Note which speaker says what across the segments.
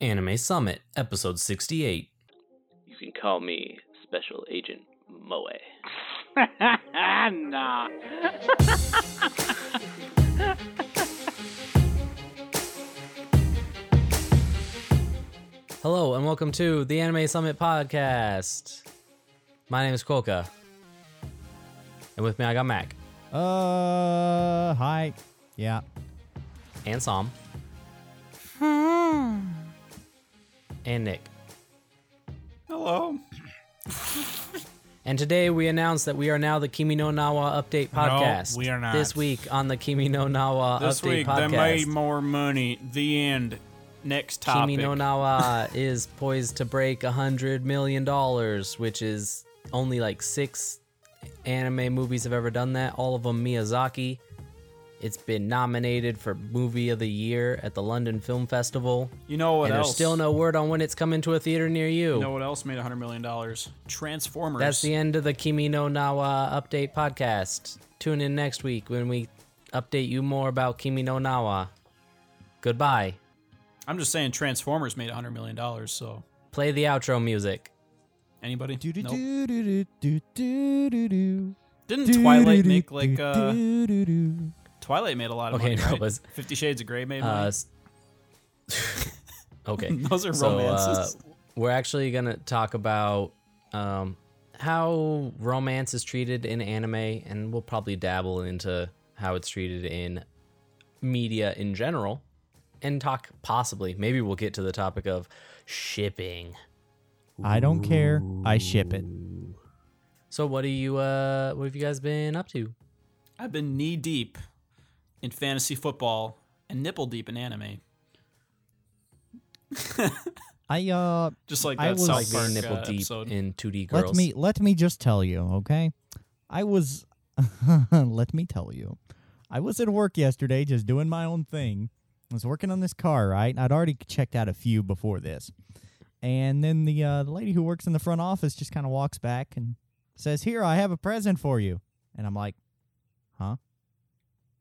Speaker 1: Anime Summit, Episode 68.
Speaker 2: You can call me Special Agent Moe.
Speaker 3: nah.
Speaker 1: Hello, and welcome to the Anime Summit Podcast. My name is Quoka. And with me, I got Mac
Speaker 4: Uh, hi. Yeah.
Speaker 1: and Sam and Nick.
Speaker 5: Hello.
Speaker 1: And today we announce that we are now the Kimi no Nawa Update Podcast.
Speaker 5: we are not.
Speaker 1: This week on the Kimi no Nawa
Speaker 5: This
Speaker 1: Update
Speaker 5: week
Speaker 1: Podcast.
Speaker 5: they made more money. The end. Next topic.
Speaker 1: Kimi no Nawa is poised to break hundred million dollars, which is only like six anime movies have ever done that. All of them Miyazaki. It's been nominated for Movie of the Year at the London Film Festival,
Speaker 5: you know what
Speaker 1: and
Speaker 5: else?
Speaker 1: there's still no word on when it's coming to a theater near you.
Speaker 5: You know what else made hundred million dollars? Transformers.
Speaker 1: That's the end of the Kimi no Nawa update podcast. Tune in next week when we update you more about Kimi no Nawa. Goodbye.
Speaker 5: I'm just saying Transformers made hundred million dollars. So
Speaker 1: Play the outro music.
Speaker 5: anybody?
Speaker 4: Do do
Speaker 5: Nope.
Speaker 4: do do do do do do.
Speaker 5: Didn't
Speaker 4: do.
Speaker 5: Twilight
Speaker 4: do,
Speaker 5: make
Speaker 4: do,
Speaker 5: like
Speaker 4: do,
Speaker 5: uh?
Speaker 4: do, do.
Speaker 5: Twilight made a lot of
Speaker 1: Okay,
Speaker 5: money.
Speaker 1: no,
Speaker 5: right?
Speaker 1: but-
Speaker 5: Fifty Shades of Grey made
Speaker 1: Uh,
Speaker 5: money.
Speaker 1: s- okay.
Speaker 5: Those are
Speaker 1: So, uh,
Speaker 5: romances.
Speaker 1: we're actually going to talk about um, how romance is treated in anime, and we'll probably dabble into how it's treated in media in general, and talk possibly, maybe we'll get to the topic of shipping.
Speaker 5: uh,
Speaker 4: I don't care. I ship it.
Speaker 1: So, what do you, uh, what have you guys been up to?
Speaker 5: I've been knee deep in fantasy football and nipple deep in anime.
Speaker 4: I uh
Speaker 5: Just like that
Speaker 4: I was-
Speaker 5: South
Speaker 1: Like
Speaker 5: Park
Speaker 1: being nipple
Speaker 5: uh,
Speaker 1: deep
Speaker 5: episode.
Speaker 1: in 2D girls.
Speaker 4: let me let me just tell you, okay? I was let me tell you. I was at work yesterday just doing my own thing. I was working on this car, right? And I'd already checked out a few before this. And then the uh, the lady who works in the front office just kind of walks back and says, "Here, I have a present for you." And I'm like, "Huh?"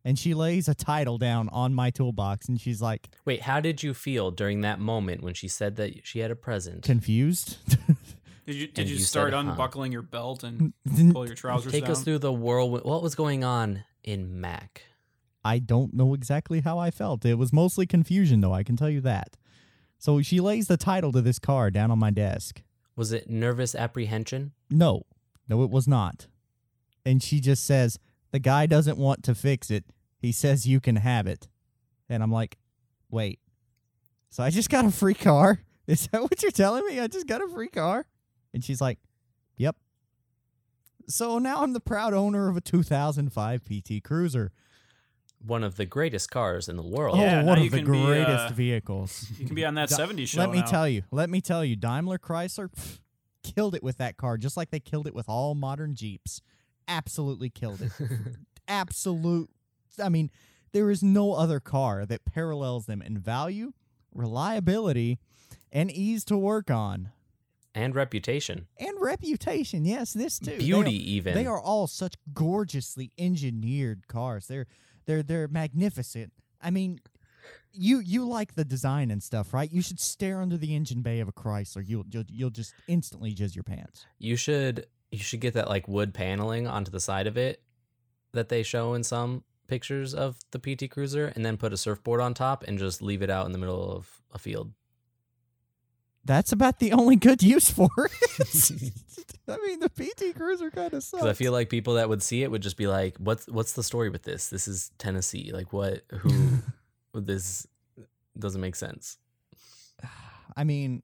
Speaker 4: And she lays a title down on my toolbox and she's like,
Speaker 1: Wait, how did you feel during that moment when she said that she had a present?
Speaker 4: "Confused?"
Speaker 5: Did you did
Speaker 1: And
Speaker 5: you,
Speaker 1: you said,
Speaker 5: start
Speaker 1: huh.
Speaker 5: unbuckling your belt and pull your trousers
Speaker 1: Take
Speaker 5: down?
Speaker 1: us through the whirlwind. What was going on in Mac?
Speaker 4: I don't know exactly how I felt. It was mostly confusion, though, I can tell you that. So she lays the title to this car down on my desk.
Speaker 1: Was it nervous apprehension?
Speaker 4: No, no, it was not. And she just says, The guy doesn't want to fix it. He says you can have it. And I'm like, Wait. So I just got a free car? Is that what you're telling me? I just got a free car? And she's like, Yep. So now I'm the proud owner of a 2005 PT Cruiser.
Speaker 1: One of the greatest cars in the world.
Speaker 4: Oh,
Speaker 5: Yeah,
Speaker 4: one
Speaker 5: now
Speaker 4: of
Speaker 5: you
Speaker 4: the
Speaker 5: can be,
Speaker 4: greatest
Speaker 5: uh,
Speaker 4: vehicles.
Speaker 5: You can be on that
Speaker 4: Di-
Speaker 5: 70s show.
Speaker 4: Let me
Speaker 5: now.
Speaker 4: tell you. Let me tell you. Daimler Chrysler pff, killed it with that car, just like they killed it with all modern Jeeps. Absolutely killed it. Absolute. I mean, there is no other car that parallels them in value, reliability, and ease to work on,
Speaker 1: and reputation.
Speaker 4: and reputation. Yes, this too. They are-
Speaker 1: Beauty, even.
Speaker 4: They are all such gorgeously engineered cars. They're they're they're magnificent. I mean, you you like the design and stuff, right? You should stare under the engine bay of a Chrysler. You'll you'll, you'll just instantly jizz your pants.
Speaker 1: You should you should get that like wood paneling onto the side of it that they show in some pictures of the PT Cruiser, and then put a surfboard on top and just leave it out in the middle of a field.
Speaker 4: That's about the only good use for it. I mean, the PT Cruiser kind of sucks.
Speaker 1: Because I feel like people that would see it would just be like, "What's what's the story with this? This is Tennessee. Like, what? Who? this doesn't make sense."
Speaker 4: I mean,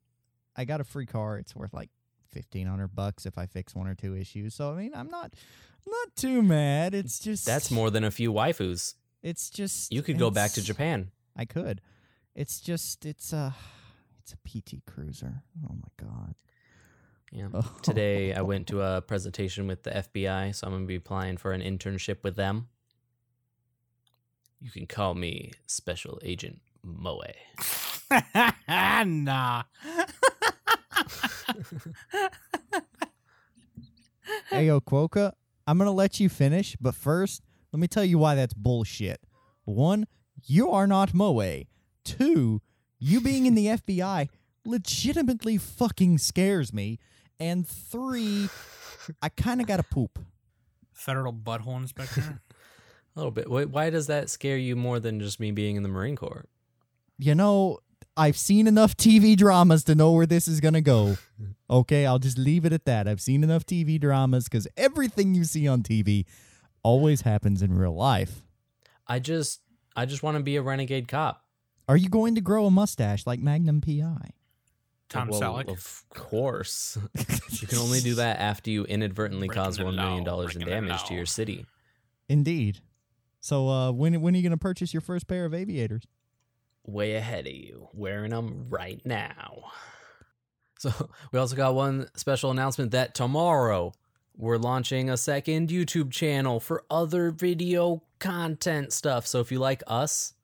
Speaker 4: I got a free car. It's worth like fifteen hundred bucks if I fix one or two issues. So I mean, I'm not I'm not too mad. It's just
Speaker 1: That's more than a few waifus.
Speaker 4: It's just
Speaker 1: You could go back to
Speaker 4: it's-
Speaker 1: Japan.
Speaker 4: I could. It's just it's a it's a PT Cruiser. Oh my god.
Speaker 1: Yeah.
Speaker 4: Oh.
Speaker 1: Today I went to a presentation with the FBI, so I'm gonna be applying for an internship with them. You can call me Special Agent Moe.
Speaker 3: nah.
Speaker 4: Hey, yo, Quoka, I'm gonna let you finish, but first, let me tell you why that's bullshit. One, you are not Moe. Two, You being in the FBI legitimately fucking scares me. And three, I kind of got to poop.
Speaker 3: Federal butthole inspector.
Speaker 1: A little bit. Why, why does that scare you more than just me being in the Marine Corps?
Speaker 4: You know, I've seen enough TV dramas to know where this is going to go. Okay, I'll just leave it at that. I've seen enough TV dramas because everything you see on TV always happens in real life.
Speaker 1: I just I just want to be a renegade cop.
Speaker 4: Are you going to grow a mustache like Magnum PI?
Speaker 3: Tom
Speaker 1: Well,
Speaker 3: Selleck.
Speaker 1: Of course. you can only do that after you inadvertently
Speaker 3: Breaking
Speaker 1: cause
Speaker 3: the
Speaker 1: one million
Speaker 3: law,
Speaker 1: dollars in
Speaker 3: breaking the
Speaker 1: damage to
Speaker 3: law.
Speaker 1: your city.
Speaker 4: Indeed. So uh, when when are you going to purchase your first pair of aviators?
Speaker 1: Way ahead of you. Wearing them right now. So we also got one special announcement that tomorrow we're launching a second YouTube channel for other video content stuff. So if you like us,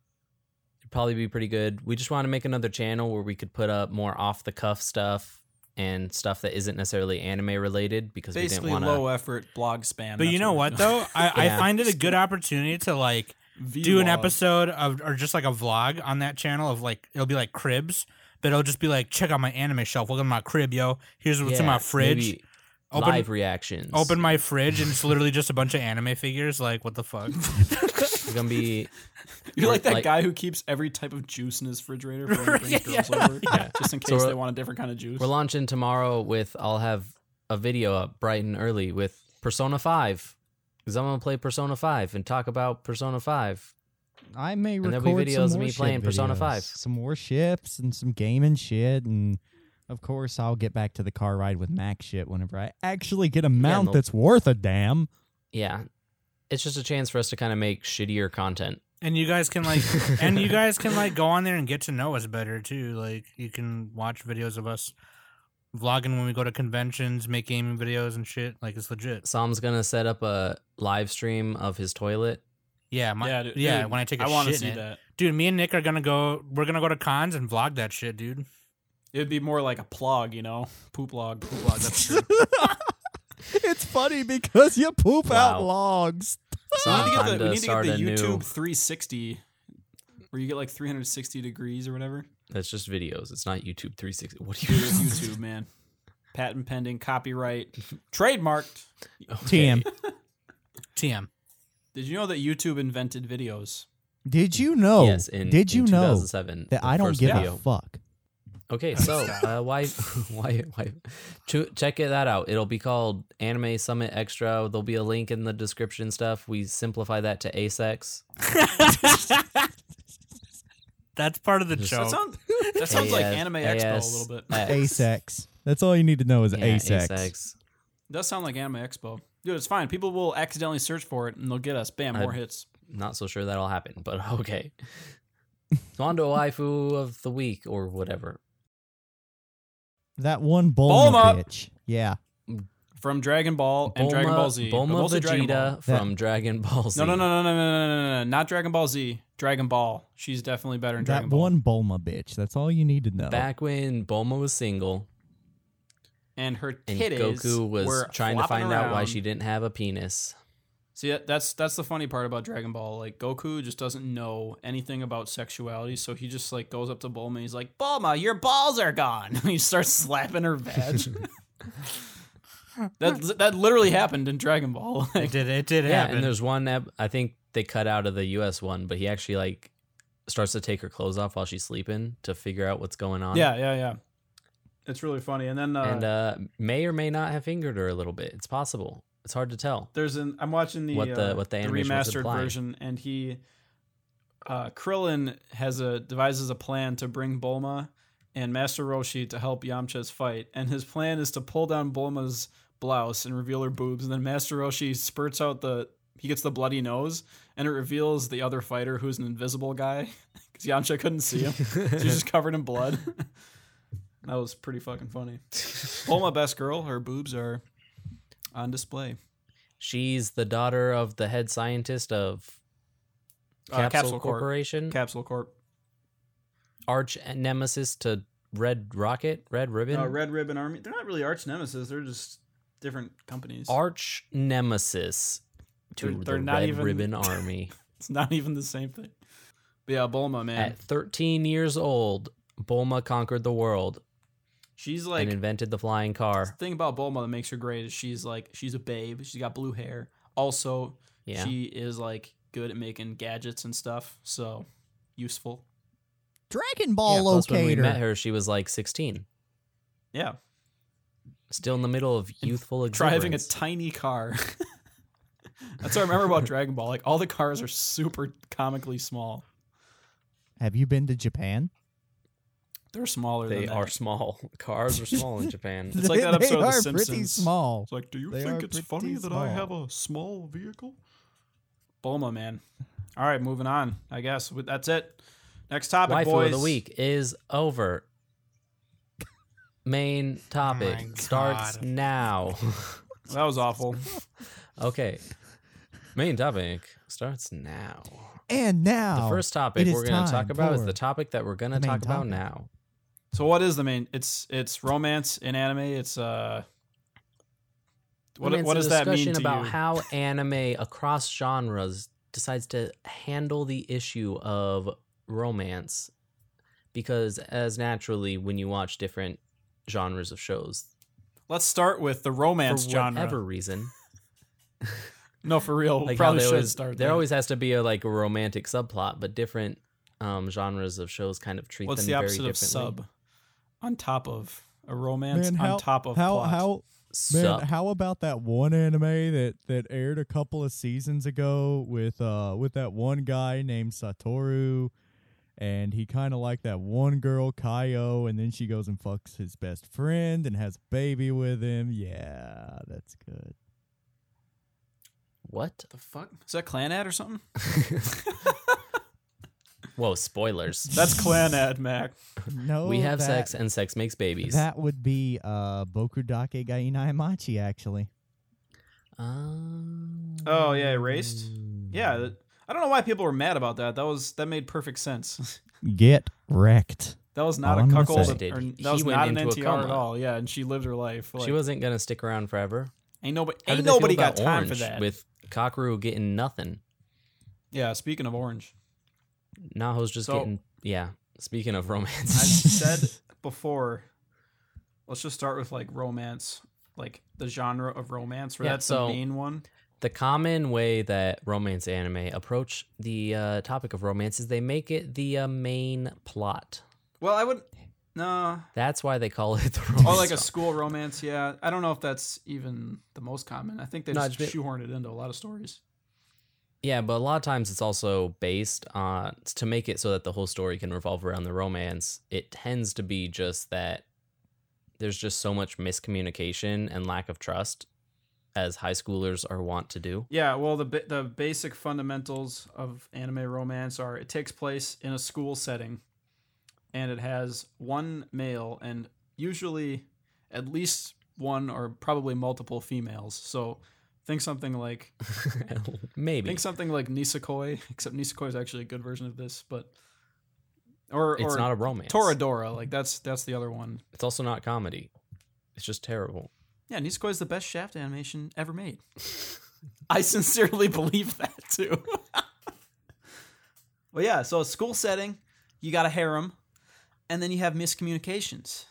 Speaker 1: it'd probably be pretty good. We just want to make another channel where we could put up more off the cuff stuff and stuff that isn't necessarily anime related because
Speaker 5: Basically,
Speaker 1: we didn't want
Speaker 5: low effort blog spam.
Speaker 3: But you
Speaker 5: that's
Speaker 3: know
Speaker 5: we're
Speaker 3: what
Speaker 5: doing.
Speaker 3: though, I,
Speaker 1: Yeah.
Speaker 3: I find it a good opportunity to like do an
Speaker 5: Vlog.
Speaker 3: episode of or just like a vlog on that channel of like it'll be like cribs, but it'll just be like check out my anime shelf. Look at my crib, yo. Here's
Speaker 1: to
Speaker 3: what's in my fridge.
Speaker 1: maybe
Speaker 3: Open
Speaker 1: live reactions.
Speaker 3: open my fridge and it's literally just a bunch of anime figures. Like what the fuck?
Speaker 1: It's gonna be
Speaker 5: You're like that
Speaker 1: Like-
Speaker 5: guy who keeps every type of juice in his refrigerator for when he brings girls over, just in
Speaker 1: So
Speaker 5: case
Speaker 1: we're-
Speaker 5: they want a different kind of juice.
Speaker 1: We're launching tomorrow with I'll have a video up bright and early with Persona 5 because I'm gonna play Persona 5 and talk about Persona 5.
Speaker 4: I may
Speaker 1: And
Speaker 4: record
Speaker 1: there'll be videos
Speaker 4: some
Speaker 1: of
Speaker 4: warship
Speaker 1: me playing Persona
Speaker 4: videos.
Speaker 1: 5.
Speaker 4: some warships and some gaming shit, and of course I'll get back to the car ride with Mac shit whenever I actually get a mount
Speaker 1: no-
Speaker 4: that's worth a damn.
Speaker 1: Yeah, it's just a chance for us to kind of make shittier content.
Speaker 3: and you guys can like and you guys can like go on there and get to know us better too. Like you can watch videos of us vlogging when we go to conventions, make gaming videos and shit. Like it's legit.
Speaker 1: Sam's gonna set up a live stream of his toilet.
Speaker 3: Yeah, my, yeah,
Speaker 5: dude, dude,
Speaker 3: when I take a
Speaker 5: I
Speaker 3: shit,
Speaker 5: wanna
Speaker 3: in
Speaker 5: see
Speaker 3: it.
Speaker 5: that.
Speaker 3: dude. Me and Nick are gonna go. We're gonna go to cons and vlog that shit, dude.
Speaker 5: It would be more like a plug, you know, poop log, poop log. That's true.
Speaker 4: it's funny because you poop out
Speaker 1: Wow.
Speaker 4: logs.
Speaker 5: we
Speaker 1: Sam
Speaker 5: need to
Speaker 1: time
Speaker 5: get the, we
Speaker 1: to
Speaker 5: need to get
Speaker 1: start
Speaker 5: the
Speaker 1: a new.
Speaker 5: YouTube 360, where you get like 360 degrees or whatever.
Speaker 1: That's just videos. It's not YouTube 360. What do
Speaker 5: Dude,
Speaker 1: you?
Speaker 5: it's YouTube, man. Patent pending, copyright, trademarked.
Speaker 1: Okay.
Speaker 4: TM.
Speaker 3: TM.
Speaker 5: Did you know that YouTube invented videos?
Speaker 4: Did you know?
Speaker 1: yes. In,
Speaker 4: Oh, did you
Speaker 1: in
Speaker 4: know
Speaker 1: 2007,
Speaker 4: that
Speaker 1: the
Speaker 4: I don't
Speaker 1: first
Speaker 4: give
Speaker 1: video.
Speaker 4: a fuck?
Speaker 1: Okay, so uh, why, why, why? Ch- check it that out. It'll be called Anime Summit Extra. There'll be a link in the description stuff. We simplify that to E ASEX.
Speaker 3: That's part of the
Speaker 1: Just-
Speaker 3: joke.
Speaker 5: That sounds, that sounds like
Speaker 1: AS
Speaker 5: Anime Expo a little bit.
Speaker 1: AS.
Speaker 4: Asex. That's all you need to know is
Speaker 1: Yeah, E
Speaker 4: Asex.
Speaker 1: ASEX.
Speaker 5: does sound like Anime Expo. Dude, it's fine. People will accidentally search for it and they'll get us. Bam, more
Speaker 1: I-
Speaker 5: hits.
Speaker 1: Not so sure that'll happen, but okay. So on to waifu of the week or whatever.
Speaker 4: That one Bulma,
Speaker 5: Bulma!
Speaker 4: bitch. Yeah.
Speaker 5: From Dragon Ball and Dragon Ball Z. but
Speaker 1: Bulma
Speaker 5: mostly Dragon Ball.
Speaker 1: Vegeta from Dragon Ball Z.
Speaker 5: No, no, no, no, no, no, no, no, no, no. Not Dragon Ball Z. Dragon Ball. She's definitely better in
Speaker 4: That
Speaker 5: Dragon Ball.
Speaker 4: one Bulma bitch. That's all you need to know.
Speaker 1: Back when Bulma was single
Speaker 5: And her
Speaker 1: and
Speaker 5: titties
Speaker 1: Goku was
Speaker 5: were
Speaker 1: trying to
Speaker 5: flopping
Speaker 1: find out why
Speaker 5: around.
Speaker 1: she didn't have a penis.
Speaker 5: See, that- that's that's the funny part about Dragon Ball. Like Goku just doesn't know anything about sexuality, so he just like goes up to Bulma. And he's like, "Bulma, your balls are gone." And he starts slapping her vag. that that literally happened in Dragon Ball.
Speaker 3: it
Speaker 5: Like,
Speaker 3: did. It did
Speaker 1: Yeah,
Speaker 3: happen.
Speaker 1: and there's one ep- I think they cut out of the U.S. one, but he actually like starts to take her clothes off while she's sleeping to figure out what's going on.
Speaker 5: yeah, yeah, yeah. It's really funny. And then uh,
Speaker 1: and uh, may or may not have fingered her a little bit. It's possible. It's hard to tell.
Speaker 5: there's an I'm watching the
Speaker 1: What the-
Speaker 5: uh,
Speaker 1: what the
Speaker 5: the
Speaker 1: animation was
Speaker 5: remastered
Speaker 1: implying.
Speaker 5: version, and he uh, Krillin has a devises a plan to bring Bulma and Master Roshi to help Yamcha's fight, and his plan is to pull down Bulma's blouse and reveal her boobs, and then Master Roshi spurts out the he gets the bloody nose, and it reveals the other fighter who's an invisible guy because Yamcha couldn't see him. so he's just covered in blood. that was pretty fucking funny. Bulma, best girl, her boobs are on display.
Speaker 1: She's the daughter of the head scientist of
Speaker 5: Uh,
Speaker 1: Capsule,
Speaker 5: Capsule Corp.
Speaker 1: Corporation,
Speaker 5: Capsule Corp. Uh,
Speaker 1: arch nemesis to Red Rocket, Red Ribbon,
Speaker 5: Uh, Red Ribbon Army. They're not really arch nemesis. They're just different companies.
Speaker 1: arch nemesis to
Speaker 5: They're- they're
Speaker 1: the
Speaker 5: not
Speaker 1: Red
Speaker 5: even-
Speaker 1: Ribbon Army.
Speaker 5: It's not even the same thing. But yeah, Bulma, man.
Speaker 1: At 13 years old, Bulma conquered the world
Speaker 5: She's like
Speaker 1: and invented the flying
Speaker 5: the
Speaker 1: car.
Speaker 5: thing about Bulma that makes her great is she's like she's a babe. She's got blue hair. Also,
Speaker 1: Yeah.
Speaker 5: she is like good at making gadgets and stuff. So useful.
Speaker 4: Dragon
Speaker 1: yeah,
Speaker 4: Ball
Speaker 1: plus when we
Speaker 4: locator.
Speaker 1: met her, she was like 16,
Speaker 5: Yeah,
Speaker 1: still in the middle of youthful exuberance.
Speaker 5: driving a tiny car. That's what I remember about Dragon Ball. Like all the cars are super comically small.
Speaker 4: Have you been to Japan?
Speaker 5: They're smaller.
Speaker 1: they
Speaker 5: than
Speaker 1: are
Speaker 5: that.
Speaker 1: small. Cars are small in Japan.
Speaker 5: It's like
Speaker 4: They-
Speaker 5: that episode
Speaker 4: they
Speaker 5: of The
Speaker 4: are pretty
Speaker 5: Simpsons.
Speaker 4: small.
Speaker 5: It's like, do you
Speaker 4: They
Speaker 5: think
Speaker 4: are
Speaker 5: it's
Speaker 4: pretty
Speaker 5: funny that I have
Speaker 4: small.
Speaker 5: a small vehicle? Bulma, man. All right, moving on. I guess With- that's it. Next topic,
Speaker 1: Waifu
Speaker 5: boys.
Speaker 1: of the week is over. Main topic
Speaker 3: God.
Speaker 1: starts now.
Speaker 5: That was awful.
Speaker 1: okay. Main topic starts now.
Speaker 4: And now
Speaker 1: the first topic
Speaker 4: Oh, it is
Speaker 1: we're going to talk
Speaker 4: time
Speaker 1: about is
Speaker 4: for
Speaker 1: the topic that we're going to
Speaker 4: the main
Speaker 1: talk about
Speaker 4: topic.
Speaker 1: now.
Speaker 5: So, what is the main? It's it's romance in anime. It's uh.
Speaker 1: I
Speaker 5: What,
Speaker 1: mean, it's
Speaker 5: what
Speaker 1: a
Speaker 5: does that mean
Speaker 1: discussion
Speaker 5: to
Speaker 1: about
Speaker 5: you?
Speaker 1: how anime across genres decides to handle the issue of romance because as naturally when you watch different genres of shows
Speaker 5: Let's start with the romance
Speaker 1: for
Speaker 5: genre.
Speaker 1: whatever reason
Speaker 5: No, for real.
Speaker 1: like how
Speaker 5: probably
Speaker 1: they
Speaker 5: should
Speaker 1: always,
Speaker 5: start
Speaker 1: there
Speaker 5: there.
Speaker 1: always has to be a like a romantic subplot but different um, genres of shows kind of treat
Speaker 5: What's
Speaker 1: them
Speaker 5: the
Speaker 1: very
Speaker 5: opposite
Speaker 1: differently
Speaker 5: of sub? On top of a romance.
Speaker 4: Man, how-
Speaker 5: on top of
Speaker 4: how
Speaker 5: plot.
Speaker 4: how
Speaker 1: Sup.
Speaker 4: man, how about that one anime that that aired a couple of seasons ago with uh with that one guy named Satoru and he kind of liked that one girl Kaio and then she goes and fucks his best friend and has a baby with him. Yeah, that's good.
Speaker 1: what
Speaker 5: the fuck is that? Clanad or something?
Speaker 1: whoa spoilers
Speaker 5: That's Clanad, Mac.
Speaker 4: No.
Speaker 1: we have
Speaker 4: Oh, that-
Speaker 1: sex and sex makes babies
Speaker 4: That would be uh Bokudake Gainaimachi actually.
Speaker 1: Um,
Speaker 5: Oh, yeah, erased? Yeah, that, I don't know why people were mad about that. That was that made perfect sense.
Speaker 4: Get wrecked.
Speaker 5: that was not
Speaker 4: All I'm
Speaker 5: a
Speaker 4: gonna
Speaker 5: cuckold,
Speaker 4: say-
Speaker 5: or, that
Speaker 1: Did- he
Speaker 5: was
Speaker 1: went
Speaker 5: not an
Speaker 1: into a
Speaker 5: NTR at
Speaker 1: coma.
Speaker 5: all. Yeah, and she lived her life. Like,
Speaker 1: she wasn't gonna stick around forever.
Speaker 5: ain't nobody
Speaker 1: How
Speaker 5: ain't
Speaker 1: did they feel
Speaker 5: nobody got
Speaker 1: about
Speaker 5: time
Speaker 1: Orange
Speaker 5: for that.
Speaker 1: With Kakaru getting nothing,
Speaker 5: yeah, speaking of orange,
Speaker 1: Naho's just
Speaker 5: So-
Speaker 1: getting yeah. Speaking of
Speaker 5: I
Speaker 1: romance,
Speaker 5: said before. Let's just start with like romance, like the genre of romance, where
Speaker 1: Yeah,
Speaker 5: that's
Speaker 1: so-
Speaker 5: the main one.
Speaker 1: the common way that romance anime approach the uh, topic of romance is they make it the uh, main plot.
Speaker 5: Well, I would no.
Speaker 1: That's why they call it the romance.
Speaker 5: Oh, like a
Speaker 1: drama.
Speaker 5: school romance, yeah. I don't know if that's even the most common. I think they
Speaker 1: No,
Speaker 5: just
Speaker 1: it's-
Speaker 5: shoehorned it into a lot of stories.
Speaker 1: yeah, but a lot of times it's also based on to make it so that the whole story can revolve around the romance. It tends to be just that there's just so much miscommunication and lack of trust as high schoolers are wont to do.
Speaker 5: Yeah, well, the ba- the basic fundamentals of anime romance are it takes place in a school setting, and it has one male and usually at least one or probably multiple females. So think something like
Speaker 1: Maybe.
Speaker 5: think something like Nisekoi, except Nisekoi is actually a good version of this, but or
Speaker 1: It's
Speaker 5: or
Speaker 1: not a romance.
Speaker 5: Toradora, like that's that's the other one.
Speaker 1: It's also not comedy. It's just terrible.
Speaker 5: Yeah, Nisekoi is the best shaft animation ever made. I sincerely believe that too. well, yeah, so a school setting, you got a harem, and then you have miscommunications.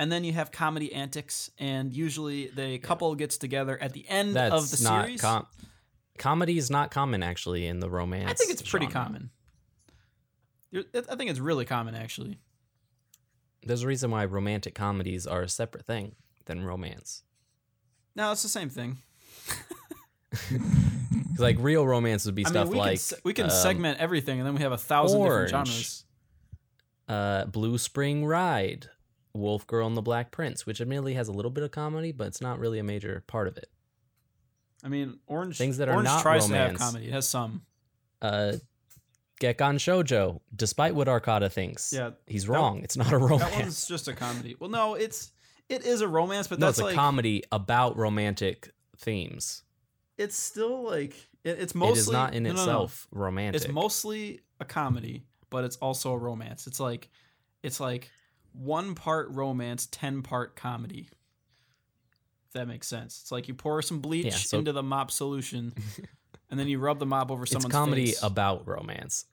Speaker 5: And then you have comedy antics, and usually the couple gets together at the end
Speaker 1: That's
Speaker 5: of the
Speaker 1: not
Speaker 5: series.
Speaker 1: com- comedy is not common actually in the romance.
Speaker 5: I think it's pretty
Speaker 1: genre.
Speaker 5: common. You're- I I think it's really common, actually.
Speaker 1: There's a reason why romantic comedies are a separate thing than romance.
Speaker 5: No, it's the same thing.
Speaker 1: 'Cause, like real romance would be
Speaker 5: I
Speaker 1: stuff
Speaker 5: mean, we
Speaker 1: like
Speaker 5: can se- we can
Speaker 1: um,
Speaker 5: segment everything, and then we have a thousand
Speaker 1: Orange.
Speaker 5: different genres.
Speaker 1: uh, Blue Spring Ride, Wolf Girl and the Black Prince, which admittedly has a little bit of comedy, but it's not really a major part of it.
Speaker 5: I mean, Orange
Speaker 1: Things that are
Speaker 5: Orange
Speaker 1: not
Speaker 5: tries to have
Speaker 1: romance.
Speaker 5: comedy. It has some.
Speaker 1: Uh, Gekon Shoujo, despite what Arcada thinks,
Speaker 5: Yeah,
Speaker 1: he's
Speaker 5: that-
Speaker 1: wrong. it's not a romance.
Speaker 5: That one's just a comedy. Well, no, it's it is a romance, but
Speaker 1: no,
Speaker 5: that's
Speaker 1: it's a
Speaker 5: like
Speaker 1: comedy about romantic themes.
Speaker 5: it's still like it, it's mostly
Speaker 1: it is not in
Speaker 5: no, no, no.
Speaker 1: itself romantic.
Speaker 5: It's mostly a comedy, but it's also a romance. It's like it's like one part romance, ten part comedy. If that makes sense. It's like you pour some bleach
Speaker 1: Yeah, so-
Speaker 5: into the mop solution, and then you rub the mop over
Speaker 1: It's
Speaker 5: someone's
Speaker 1: comedy
Speaker 5: face.
Speaker 1: about romance.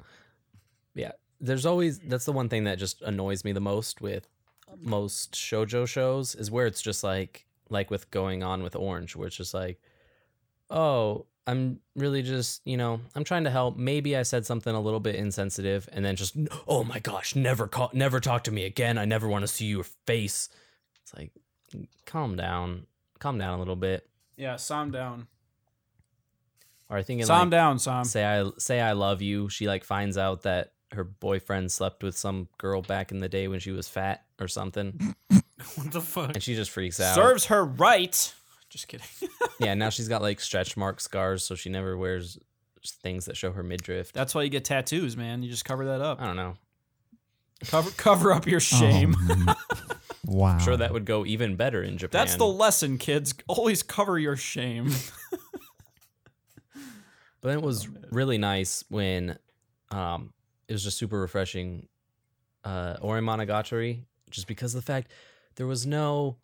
Speaker 1: Yeah, there's always that's the one thing that just annoys me the most with most shojo shows is where it's just like like with going on with orange where it's just like oh i'm really just you know i'm trying to help maybe i said something a little bit insensitive and then just oh my gosh never call never talk to me again i never want to see your face it's like calm down calm down a little bit
Speaker 5: Yeah, Sam down.
Speaker 1: or i think in
Speaker 5: Sam
Speaker 1: like,
Speaker 5: down, Sam.
Speaker 1: say I say I love you. She like finds out that her boyfriend slept with some girl back in the day when she was fat or something,
Speaker 3: What the fuck?
Speaker 1: and she just freaks out.
Speaker 5: Serves her right. Just kidding.
Speaker 1: Yeah, now she's got like stretch mark scars, so she never wears things that show her midriff.
Speaker 5: That's why you get tattoos, man. You just cover that
Speaker 1: I
Speaker 5: up.
Speaker 1: don't know.
Speaker 5: Cover cover up your shame.
Speaker 4: Oh, wow.
Speaker 1: I'm sure that would go even better in Japan.
Speaker 5: That's the lesson, kids. Always cover your shame.
Speaker 1: But it
Speaker 5: Oh,
Speaker 1: was really nice when um, it was just super refreshing. Uh, Ori Monogatari, just because of the fact there was no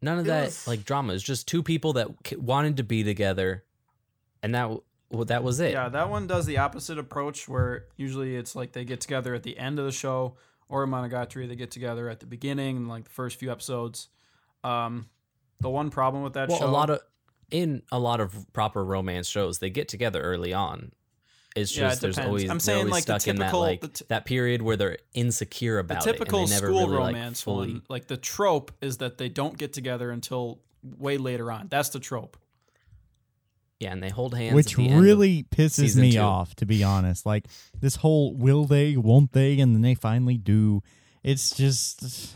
Speaker 1: none of that like drama. It's just two people that k- wanted to be together, and that w- well, that was it.
Speaker 5: Yeah, that one does the opposite approach where usually it's like they get together at the end of the show, or in Monogatari they get together at the beginning, like the first few episodes. Um, the one problem with that
Speaker 1: well,
Speaker 5: show,
Speaker 1: a lot of in a lot of proper romance shows, they get together early on. It's just
Speaker 5: Yeah, it
Speaker 1: there's
Speaker 5: depends.
Speaker 1: always
Speaker 5: I'm
Speaker 1: they're
Speaker 5: saying,
Speaker 1: always
Speaker 5: like, the
Speaker 1: stuck in that
Speaker 5: typical-
Speaker 1: like
Speaker 5: the t-
Speaker 1: that period where they're insecure
Speaker 5: the
Speaker 1: about it
Speaker 5: typical
Speaker 1: and they never
Speaker 5: school
Speaker 1: really, like,
Speaker 5: romance
Speaker 1: fully-
Speaker 5: one, like the trope is that they don't get together until way later on. That's the trope.
Speaker 1: yeah, and they hold hands,
Speaker 4: Which
Speaker 1: at the end of-
Speaker 4: really pisses
Speaker 1: season
Speaker 4: me
Speaker 1: two.
Speaker 4: off, to be honest. Like this whole will they, won't they, and then they finally do. It's just. just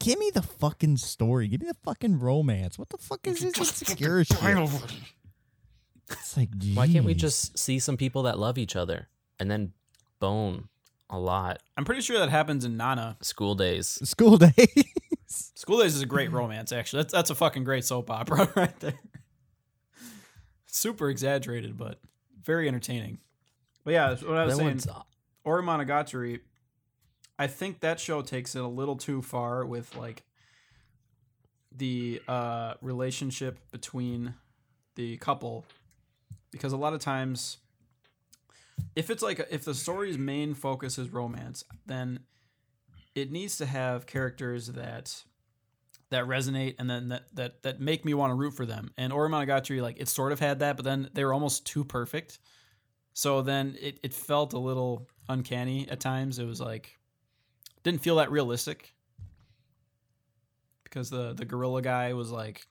Speaker 4: Give me the fucking story. Give me the fucking romance. What the fuck is this insecure shit? It's like,
Speaker 1: Why can't we
Speaker 5: Mm.
Speaker 4: geez.
Speaker 1: just see some people that love each other and then bone a lot?
Speaker 5: I'm pretty sure that happens in Nana.
Speaker 1: School days.
Speaker 4: school day?
Speaker 5: School Days is a great romance, actually. That's that's a fucking great soap opera right there. Super exaggerated, but very entertaining. But yeah, that's what I was
Speaker 1: That
Speaker 5: saying.
Speaker 1: one's uh,
Speaker 5: Or Monogatari, I think that show takes it a little too far with like the uh, relationship between the couple, because a lot of times, if it's like if the story's main focus is romance, then it needs to have characters that that resonate and then that that that make me want to root for them. And Ori Monogatari, like it sort of had that, but then they were almost too perfect. So then it, it felt a little uncanny at times. It was like didn't feel that realistic. Because the the gorilla guy was like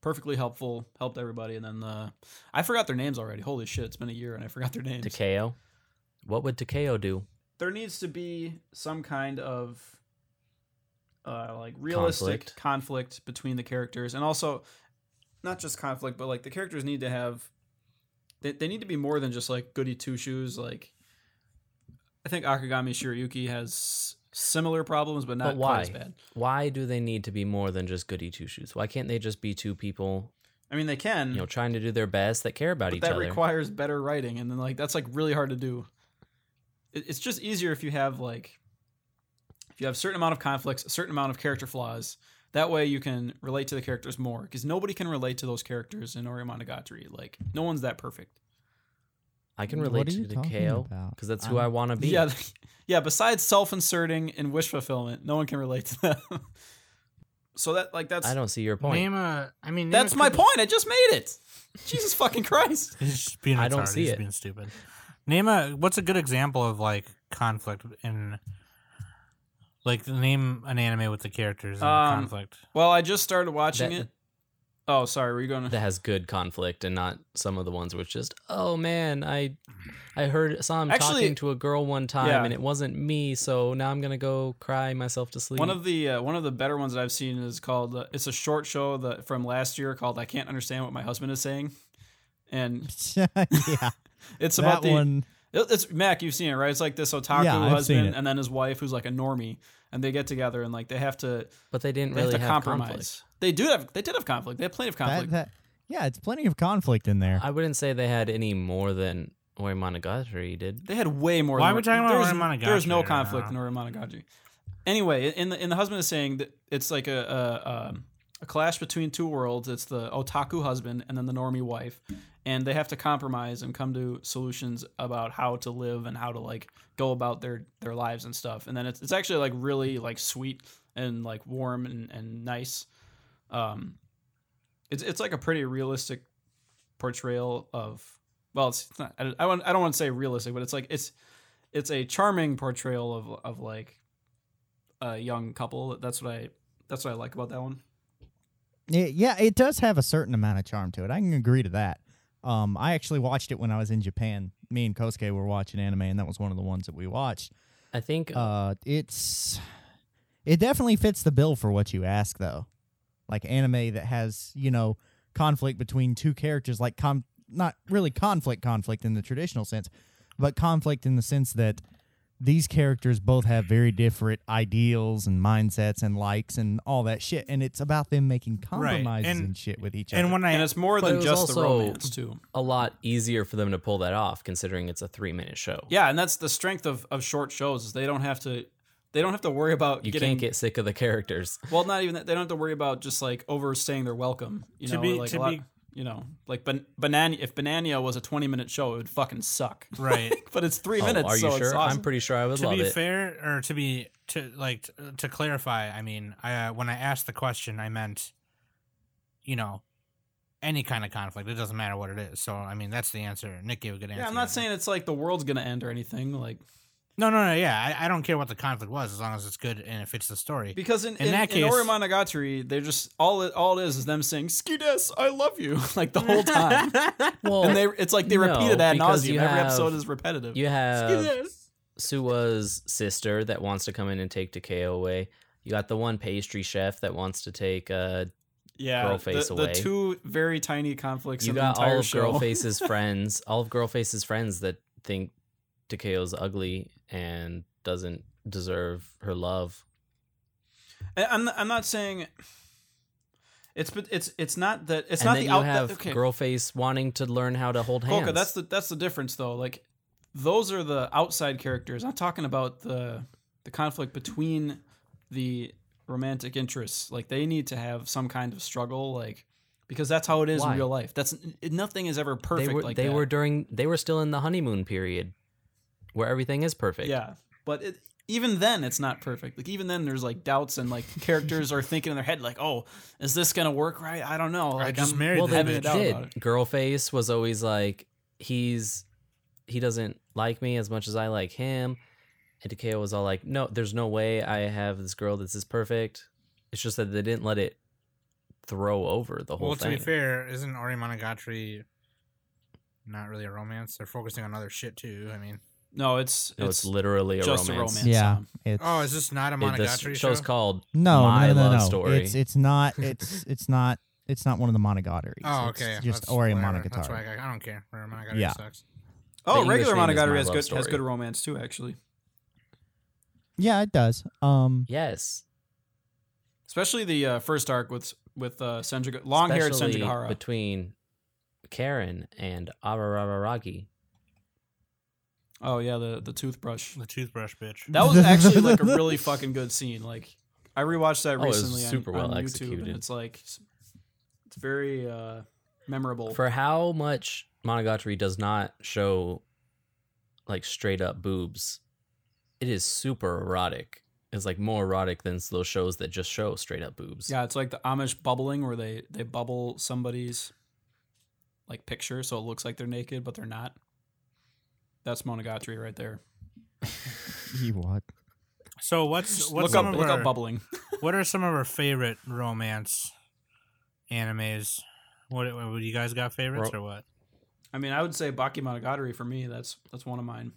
Speaker 5: perfectly helpful, helped everybody, and then the I forgot their names already. Holy shit, it's been a year and I forgot their names
Speaker 1: Takeo. What would Takeo do?
Speaker 5: there needs to be some kind of uh, like realistic conflict.
Speaker 1: Conflict.
Speaker 5: between the characters and also not just conflict but like the characters need to have they, they need to be more than just like goody two shoes like i think akagami shiryuki has similar problems but not
Speaker 1: But
Speaker 5: quite as
Speaker 1: why?
Speaker 5: bad
Speaker 1: Why do they need to be more than just goody two shoes? Why can't they just be two people,
Speaker 5: i mean they can
Speaker 1: you know, trying to do their best that care about
Speaker 5: Mm. but
Speaker 1: each
Speaker 5: that
Speaker 1: other?
Speaker 5: requires better writing and then like that's like really hard to do it, it's just easier if you have like if you have a certain amount of conflicts a certain amount of character flaws that way you can relate to the characters more because nobody can relate to those characters in Ori Monogatari. Like no one's that perfect.
Speaker 1: I can
Speaker 4: What
Speaker 1: relate
Speaker 4: are you
Speaker 1: to
Speaker 4: talking
Speaker 1: Takeo
Speaker 4: about?
Speaker 1: because that's who
Speaker 4: I'm-
Speaker 1: I want to be.
Speaker 5: Yeah, yeah. Besides self-inserting and wish fulfillment, no one can relate to them. so that like that's
Speaker 1: I don't see your point.
Speaker 3: Name a, I mean, name
Speaker 5: that's
Speaker 3: a
Speaker 5: my
Speaker 3: couple-
Speaker 5: point. I just made it. Jesus fucking Christ.
Speaker 3: He's just being retarded.
Speaker 1: I don't see
Speaker 3: He's
Speaker 1: it.
Speaker 3: just being stupid. Name a what's a good example of like conflict in like name an anime with the characters in
Speaker 5: Um,
Speaker 3: conflict.
Speaker 5: Well, I just started watching
Speaker 1: That-
Speaker 5: it. Oh, sorry. Were you going to?
Speaker 1: That has good conflict and not some of the ones which just, oh man, I, I heard saw him
Speaker 5: Actually-
Speaker 1: talking to a girl one time
Speaker 5: Yeah.
Speaker 1: and it wasn't me, so now I'm gonna go cry myself to sleep.
Speaker 5: One of the uh, one of the better ones that I've seen is called. Uh, it's a short show that from last year called "I Can't Understand What My Husband Is Saying," and
Speaker 4: yeah.
Speaker 5: it's
Speaker 4: that
Speaker 5: about the.
Speaker 4: one.
Speaker 5: it- It's Mac. You've seen it, right? It's like this otaku
Speaker 4: Yeah, I've seen
Speaker 5: husband
Speaker 4: it.
Speaker 5: and then his wife, who's like a normie, and they get together and like they have to
Speaker 1: but they didn't
Speaker 5: they
Speaker 1: really
Speaker 5: have to compromise.
Speaker 1: conflict.
Speaker 5: They do have they did have conflict. They have plenty of conflict.
Speaker 4: That, that, yeah, it's plenty of conflict in there.
Speaker 1: I wouldn't say they had any more than Ori Monogatari did.
Speaker 5: They had way more.
Speaker 3: Why
Speaker 5: than
Speaker 3: are we talking about
Speaker 5: there's-
Speaker 3: Ori Monogatari
Speaker 5: There's no
Speaker 3: right
Speaker 5: conflict
Speaker 3: now?
Speaker 5: in Ori Monogatari. Anyway, in the in the husband is saying that it's like a a, um a clash between two worlds. It's the otaku husband and then the normie wife, and they have to compromise and come to solutions about how to live and how to like go about their their lives and stuff. And then it's it's actually like really like sweet and like warm and and nice. Um, it's it's like a pretty realistic portrayal of well, it's it's not. I don't- I don't I don't want to say realistic, but it's like it's it's a charming portrayal of of like a young couple. That's what I that's what I like about that one.
Speaker 4: Yeah, yeah, it does have a certain amount of charm to it. I can agree to that. Um, I actually watched it when I was in Japan. Me and Kosuke were watching anime, and that was one of the ones that we watched.
Speaker 1: I think
Speaker 4: Uh, it's it definitely fits the bill for what you ask, though. Like anime that has you know conflict between two characters, like com not really conflict conflict in the traditional sense, but conflict in the sense that these characters both have very different ideals and mindsets and likes and all that shit, and it's about them making compromises
Speaker 3: and-
Speaker 4: and, shit with each other.
Speaker 3: And when I
Speaker 5: And it's more
Speaker 1: But
Speaker 5: than
Speaker 1: it was
Speaker 5: just the
Speaker 1: also-
Speaker 5: romance too.
Speaker 1: a lot easier for them to pull that off, considering it's a three-minute show.
Speaker 5: Yeah, and that's the strength of, of short shows is they don't have to they don't have to worry about
Speaker 1: you
Speaker 5: getting
Speaker 1: can't get sick of the characters.
Speaker 5: well not even that they don't have to worry about just like overstaying their welcome. You
Speaker 3: To
Speaker 5: know,
Speaker 3: be-
Speaker 5: like
Speaker 3: to
Speaker 5: a lot,
Speaker 3: be-
Speaker 5: you know, like ban- banana if Banania was a twenty minute show, it would fucking suck.
Speaker 3: right.
Speaker 5: But it's three
Speaker 1: Oh,
Speaker 5: minutes,
Speaker 1: are you
Speaker 5: so
Speaker 1: sure?
Speaker 5: it's awesome.
Speaker 1: I'm pretty sure I would
Speaker 3: to
Speaker 1: love
Speaker 3: be
Speaker 1: it.
Speaker 3: fair or to be to like t- to clarify i mean I, uh, when i asked the question i meant you know any kind of conflict it doesn't matter what it is so i mean that's the answer nick gave a good answer
Speaker 5: yeah, I'm not saying it's like the world's gonna end or anything, like
Speaker 3: no no no yeah I, I don't care what the conflict was as long as it's good and it fits the story
Speaker 5: because in,
Speaker 3: In
Speaker 5: in,
Speaker 3: that
Speaker 5: in
Speaker 3: case-
Speaker 5: Orimonogatari, they're just all it all it is is them saying "Skides, I love you" like the whole time,
Speaker 1: well,
Speaker 5: and they it's like they repeat
Speaker 1: no,
Speaker 5: it ad
Speaker 1: because
Speaker 5: nauseum.
Speaker 1: you
Speaker 5: Every
Speaker 1: have-
Speaker 5: episode is repetitive.
Speaker 1: you have
Speaker 5: "Skides."
Speaker 1: Suwa's sister that wants to come in and take Takeo away. You got the one pastry chef that wants to take. Uh,
Speaker 5: yeah,
Speaker 1: Girl
Speaker 5: the-
Speaker 1: Face
Speaker 5: the,
Speaker 1: away.
Speaker 5: two very tiny conflicts
Speaker 1: you
Speaker 5: in
Speaker 1: got
Speaker 5: the entire
Speaker 1: all of
Speaker 5: show.
Speaker 1: Girlface's friends, all of Girlface's friends that think Takeo's ugly and doesn't deserve her love.
Speaker 5: I- I'm I'm not saying it's but it's it's not that it's
Speaker 1: and
Speaker 5: not
Speaker 1: then
Speaker 5: the
Speaker 1: you
Speaker 5: out
Speaker 1: have
Speaker 5: that, okay.
Speaker 1: Girlface wanting to learn how to hold hands.
Speaker 5: Coca, that's the that's the difference though. Like those are the outside characters. I'm talking about the the conflict between the romantic interests. Like they need to have some kind of struggle, like because that's how it is
Speaker 1: Why?
Speaker 5: in real life. That's nothing is ever perfect.
Speaker 1: they were
Speaker 5: like
Speaker 1: they
Speaker 5: that.
Speaker 1: were during they were still in the honeymoon period, where everything is perfect.
Speaker 5: Yeah, but it, even then, it's not perfect. Like even then, there's like doubts and like characters are thinking in their head like, "Oh, is this gonna work right? I don't know." Like,
Speaker 3: i just
Speaker 5: I'm-
Speaker 3: married
Speaker 1: well,
Speaker 3: that
Speaker 1: they
Speaker 5: having a
Speaker 3: bitch.
Speaker 5: doubt
Speaker 1: did.
Speaker 5: about it.
Speaker 1: Girlface was always like, he's he doesn't like me as much as I like him. And Takeo was all like, no, there's no way I have this girl that's this perfect. It's just that they didn't let it throw over the whole
Speaker 3: well
Speaker 1: thing.
Speaker 3: to be fair isn't ori monogatari not really a romance they're focusing on other shit too i mean
Speaker 5: No, it's
Speaker 1: no, it's,
Speaker 5: it's,
Speaker 1: literally a
Speaker 5: just a
Speaker 1: romance.
Speaker 5: romance.
Speaker 4: yeah,
Speaker 5: um,
Speaker 4: it's,
Speaker 3: oh is this not a
Speaker 1: It- this
Speaker 3: monogatari show
Speaker 1: show's called
Speaker 4: no,
Speaker 1: My
Speaker 4: no, no,
Speaker 1: Love
Speaker 4: no.
Speaker 1: Story.
Speaker 4: It's it's not it's it's not it's not one of the monogatari.
Speaker 3: Oh, okay.
Speaker 4: It's just
Speaker 3: That's
Speaker 4: Ori
Speaker 3: whatever. That's why I,
Speaker 4: Monogatari.
Speaker 3: got- I don't care. Ori Monogatari
Speaker 4: Yeah.
Speaker 3: sucks.
Speaker 5: oh,
Speaker 1: the
Speaker 5: regular
Speaker 1: English name is
Speaker 5: Monogatari
Speaker 1: My
Speaker 5: has
Speaker 1: Love
Speaker 5: good has
Speaker 1: Story.
Speaker 5: good romance too. Actually,
Speaker 4: Yeah, it does. Um,
Speaker 1: Yes,
Speaker 5: especially the uh, first arc with with uh, Senjiga, long haired
Speaker 1: especially
Speaker 5: Senjigahara.
Speaker 1: between Karen and Arararagi.
Speaker 5: oh yeah, the the toothbrush.
Speaker 3: The toothbrush bitch.
Speaker 5: That was actually like a really fucking good scene. Like I rewatched that
Speaker 1: Oh, it was
Speaker 5: recently on-
Speaker 1: super well
Speaker 5: on, YouTube,
Speaker 1: executed.
Speaker 5: and it's like it's it's very uh, memorable.
Speaker 1: for how much Monogatari does not show like straight up boobs, it is super erotic. It's like more erotic than those shows that just show straight up boobs.
Speaker 5: Yeah, it's like the Amish bubbling where they they bubble somebody's like picture so it looks like they're naked but they're not. That's Monogatari right there.
Speaker 4: you what?
Speaker 3: So what's
Speaker 5: Just
Speaker 3: what's
Speaker 5: look
Speaker 3: some
Speaker 5: up
Speaker 3: of
Speaker 5: look
Speaker 3: our-
Speaker 5: up bubbling.
Speaker 3: what are some of our favorite romance animes? What, what you guys got favorites
Speaker 1: Ro-
Speaker 3: or what?
Speaker 5: I mean, I would say Baki Monogatari for me. That's that's one of mine.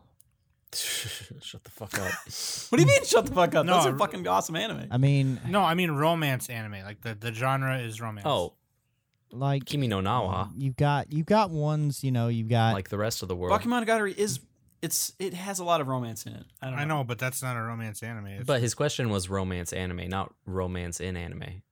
Speaker 1: Shut the fuck up.
Speaker 5: What do you mean? Shut the fuck up.
Speaker 3: No,
Speaker 5: that's
Speaker 3: I-
Speaker 5: a fucking awesome anime.
Speaker 4: I mean,
Speaker 3: No, I mean romance anime. Like the, the genre is romance.
Speaker 1: oh,
Speaker 4: like
Speaker 1: Kimi no Nawa,
Speaker 4: You've got you've got ones. You know, you've got
Speaker 1: like the rest of the world.
Speaker 5: Baki Monogatari is it's it has a lot of romance in it. I don't know.
Speaker 3: I know, but that's not a romance anime. It's-
Speaker 1: But his question was romance anime, not romance in anime.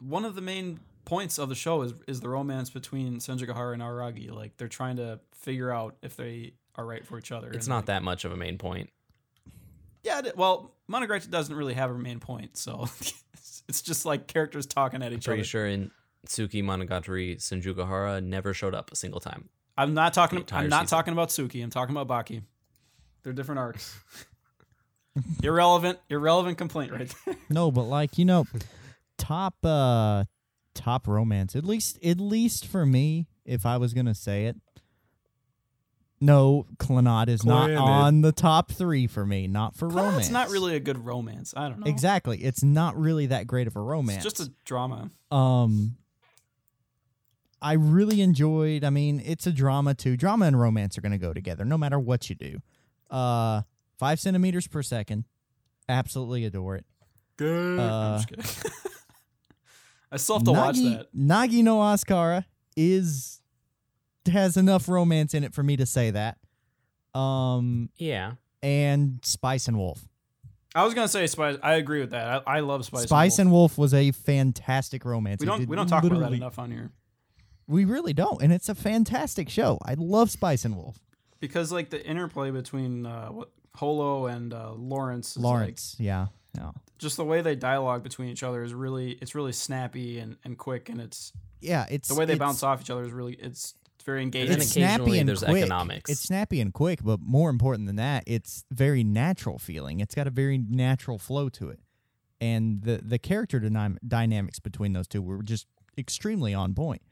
Speaker 5: One of the main points of the show is is the romance between Senjigahara and Aragi. Like they're trying to figure out if they are right for each other.
Speaker 1: It's
Speaker 5: and,
Speaker 1: not that much of a main point.
Speaker 5: Yeah, it- well, Monogatari doesn't really have a main point, so it's just like characters talking at each
Speaker 1: Pretty
Speaker 5: other.
Speaker 1: sure in Tsuki Monogatari Senjugahara never showed up a single time.
Speaker 5: I'm not talking.
Speaker 1: The entire
Speaker 5: I'm not
Speaker 1: season.
Speaker 5: talking about Suki. I'm talking about Baki. They're different arcs. irrelevant. Irrelevant complaint right there.
Speaker 4: No, but like you know, top uh top romance. At least at least for me, if I was gonna say it. No, Clannad is
Speaker 6: Clannad.
Speaker 4: not on the top three for me. Not for romance.
Speaker 5: It's not really a good romance. I don't know.
Speaker 4: exactly. It's not really that great of a romance.
Speaker 5: It's just a drama.
Speaker 4: Um, I really enjoyed. I mean, it's a drama too. Drama and romance are going to go together, no matter what you do. Uh, five centimeters per second. Absolutely adore it.
Speaker 6: Good.
Speaker 5: Mm, I'm
Speaker 4: Uh,
Speaker 5: just kidding. I still have to watch
Speaker 4: Nagi,
Speaker 5: that.
Speaker 4: Nagi no Ascara is has enough romance in it for me to say that. Um,
Speaker 1: Yeah.
Speaker 4: and Spice and Wolf.
Speaker 5: I was gonna say Spice. I agree with that. I, I love Spice.
Speaker 4: Spice
Speaker 5: Wolf.
Speaker 4: and Wolf was a fantastic romance.
Speaker 5: we
Speaker 4: It
Speaker 5: don't
Speaker 4: did
Speaker 5: we don't talk about that
Speaker 4: literally-
Speaker 5: enough on here
Speaker 4: We really don't, and it's a fantastic show. I love Spice and Wolf.
Speaker 5: because like the interplay between uh, what Holo and uh, Lawrence. Is
Speaker 4: Lawrence, yeah, no.
Speaker 5: Like, just the way they dialogue between each other is really it's really snappy and and quick and it's
Speaker 4: Yeah, it's
Speaker 5: the way they
Speaker 4: it's-
Speaker 5: bounce off each other is really it's it's very engaging.
Speaker 1: then
Speaker 4: It's
Speaker 1: occasionally
Speaker 4: snappy and
Speaker 1: there's
Speaker 4: quick.
Speaker 1: economics.
Speaker 4: It's snappy and quick, but more important than that, it's very natural feeling. It's got a very natural flow to it, and the the character dynam- dynamics between those two were just extremely on point.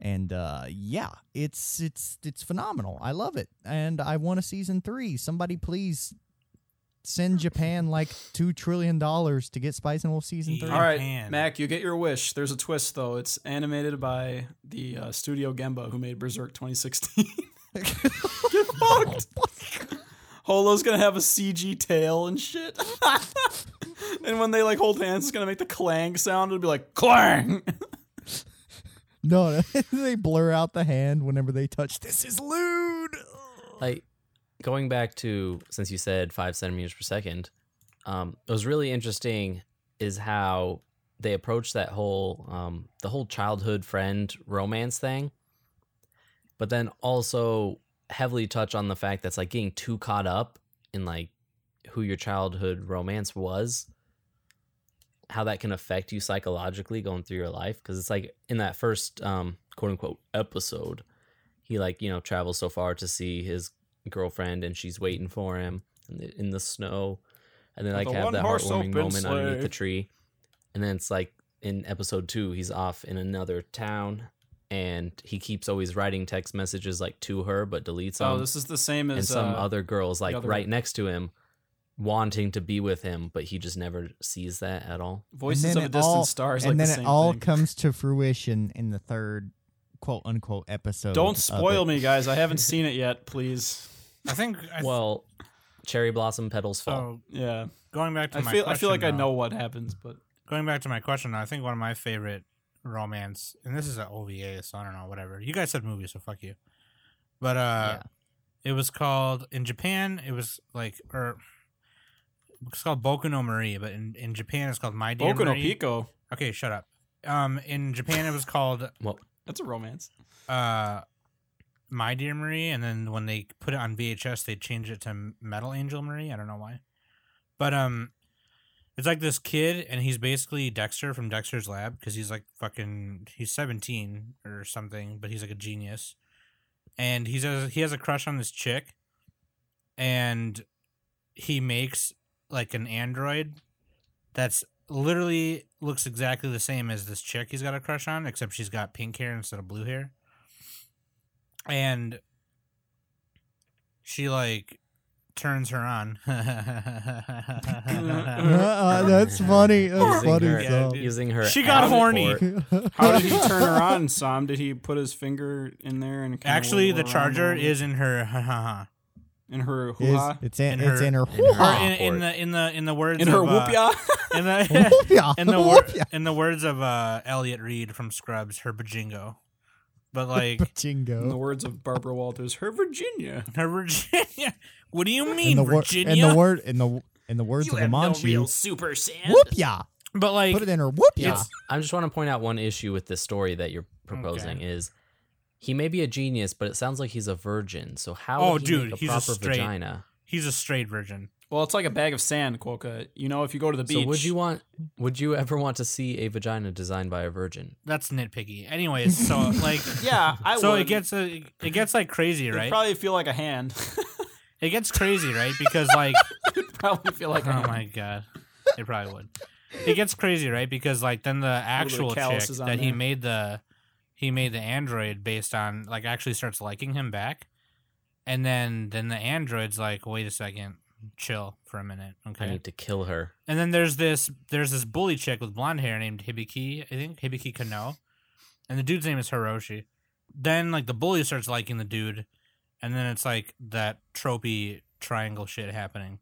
Speaker 4: And uh, yeah, it's it's it's phenomenal. I love it, and I want a season three. Somebody please send Japan like two trillion dollars to get Spice and Wolf season three.
Speaker 5: All right,
Speaker 3: Japan.
Speaker 5: Mac, you get your wish. There's a twist though. It's animated by the uh, studio Gemba who made Berserk 2016. get fucked. Holo's gonna have a CG tail and shit. and when they like hold hands, it's gonna make the clang sound. It'll be like clang.
Speaker 4: No, they blur out the hand whenever they touch. This is lewd.
Speaker 1: like going back to since you said five centimeters per second um what was really interesting is how they approached that whole um the whole childhood friend romance thing but then also heavily touch on the fact that's like getting too caught up in like who your childhood romance was how that can affect you psychologically going through your life because it's like in that first um quote unquote episode he like you know travels so far to see his girlfriend and she's waiting for him in the, in the snow and then
Speaker 5: The
Speaker 1: like have that
Speaker 5: one-horse
Speaker 1: heartwarming
Speaker 5: open
Speaker 1: moment underneath
Speaker 5: sleigh.
Speaker 1: the tree and then it's like in episode two he's off in another town and he keeps always writing text messages like to her but deletes them
Speaker 5: oh, this is the same as
Speaker 1: Um, and some
Speaker 5: uh,
Speaker 1: other girls like
Speaker 5: other
Speaker 1: right
Speaker 5: one.
Speaker 1: next to him wanting to be with him but he just never sees that at all
Speaker 5: voices of
Speaker 4: And then
Speaker 5: a
Speaker 4: it
Speaker 5: distant
Speaker 4: all-
Speaker 5: star. Is like
Speaker 4: and then
Speaker 5: the
Speaker 4: it
Speaker 5: same
Speaker 4: all
Speaker 5: thing.
Speaker 4: comes to fruition in the third quote unquote episode.
Speaker 5: Don't
Speaker 4: of
Speaker 5: spoil
Speaker 4: it.
Speaker 5: me, guys. I haven't seen it yet. Please.
Speaker 3: I think. I Oh, well,
Speaker 1: well cherry blossom petals fall
Speaker 3: so
Speaker 5: Yeah,
Speaker 3: going back to
Speaker 5: I
Speaker 3: my
Speaker 5: feel I feel
Speaker 3: question,
Speaker 5: like I
Speaker 3: though,
Speaker 5: know what happens, but
Speaker 3: Going back to my question, though, I think one of my favorite romance, and this is an OVA, so I don't know, whatever. You guys said movie, so fuck you. But uh, it was called in Japan. It was like or. It's called Boku no Marie, but in, in Japan it's called My Dear
Speaker 5: Boku no
Speaker 3: Marie.
Speaker 5: Pico.
Speaker 3: Okay, shut up. Um, in Japan it was called
Speaker 5: That's a romance.
Speaker 3: uh, My Dear Marie, and then when they put it on VHS, they changed it to Metal Angel Marie. I don't know why, but um, it's like this kid, and he's basically Dexter from Dexter's Lab because he's like fucking he's seventeen or something, but he's like a genius, and he says he has a crush on this chick, and he makes like an android that's literally looks exactly the same as this chick he's got a crush on except she's got pink hair instead of blue hair and she like turns her on
Speaker 4: Uh, that's funny. That's
Speaker 1: Using her-
Speaker 4: funny. so.
Speaker 1: using her
Speaker 3: She got
Speaker 1: as
Speaker 3: horny.
Speaker 1: support.
Speaker 5: How did he turn her on, Sam? Did he put his finger in there and kinda
Speaker 3: actually the
Speaker 5: wiggle around a
Speaker 3: charger
Speaker 5: little bit?
Speaker 3: is in her ha ha
Speaker 5: in her hoo
Speaker 4: Is,
Speaker 5: ha,
Speaker 4: it's in,
Speaker 3: In
Speaker 4: it's
Speaker 3: her-
Speaker 4: in her.
Speaker 1: in
Speaker 3: ha.
Speaker 1: her-
Speaker 3: or in, in the in the in the words
Speaker 5: in her
Speaker 3: of, uh,
Speaker 5: whoop ya.
Speaker 3: in the
Speaker 4: Yeah.
Speaker 3: in the wor- in the words of uh Elliot Reed from Scrubs her bajingo but like
Speaker 5: In the
Speaker 4: Jingo.
Speaker 5: words of Barbara Walters, her Virginia.
Speaker 3: her Virginia what do you
Speaker 4: In
Speaker 3: mean
Speaker 4: the wor-
Speaker 3: Virginia
Speaker 4: in the word in the in the words of the Manchu.
Speaker 2: super sand.
Speaker 4: whoop ya!
Speaker 3: but like
Speaker 4: Put it in her. Whoop ya!
Speaker 1: Yeah. I just want to point out one issue with this story that you're proposing is he may be a genius, but it sounds like he's a virgin. So how
Speaker 3: Oh,
Speaker 1: would he
Speaker 3: dude,
Speaker 1: make a
Speaker 3: he's a
Speaker 1: proper
Speaker 3: straight-
Speaker 1: vagina?
Speaker 3: He's a straight virgin.
Speaker 5: Well, it's like a bag of sand, Quokka. You know, if you go to the beach,
Speaker 1: So would you want? Would you ever want to see a vagina designed by a virgin?
Speaker 3: That's nitpicky. Anyways, so like
Speaker 5: Yeah, I
Speaker 3: so
Speaker 5: would.
Speaker 3: it gets uh it gets like crazy,
Speaker 5: It'd
Speaker 3: right?
Speaker 5: probably feel like a hand.
Speaker 3: it gets crazy, right? Because like
Speaker 5: It'd probably feel like a
Speaker 3: oh
Speaker 5: hand.
Speaker 3: my god, it probably would. It gets crazy, right? Because like then the actual chick
Speaker 5: calluses
Speaker 3: that
Speaker 5: on
Speaker 3: he
Speaker 5: there.
Speaker 3: made the he made the android based on like actually starts liking him back, and then then the android's like, wait a second, chill for a minute, okay?
Speaker 1: I need to kill her.
Speaker 3: And then there's this there's this bully chick with blonde hair named Hibiki, I think Hibiki Kano, and the dude's name is Hiroshi. Then like the bully starts liking the dude, and then it's like that tropey triangle shit happening.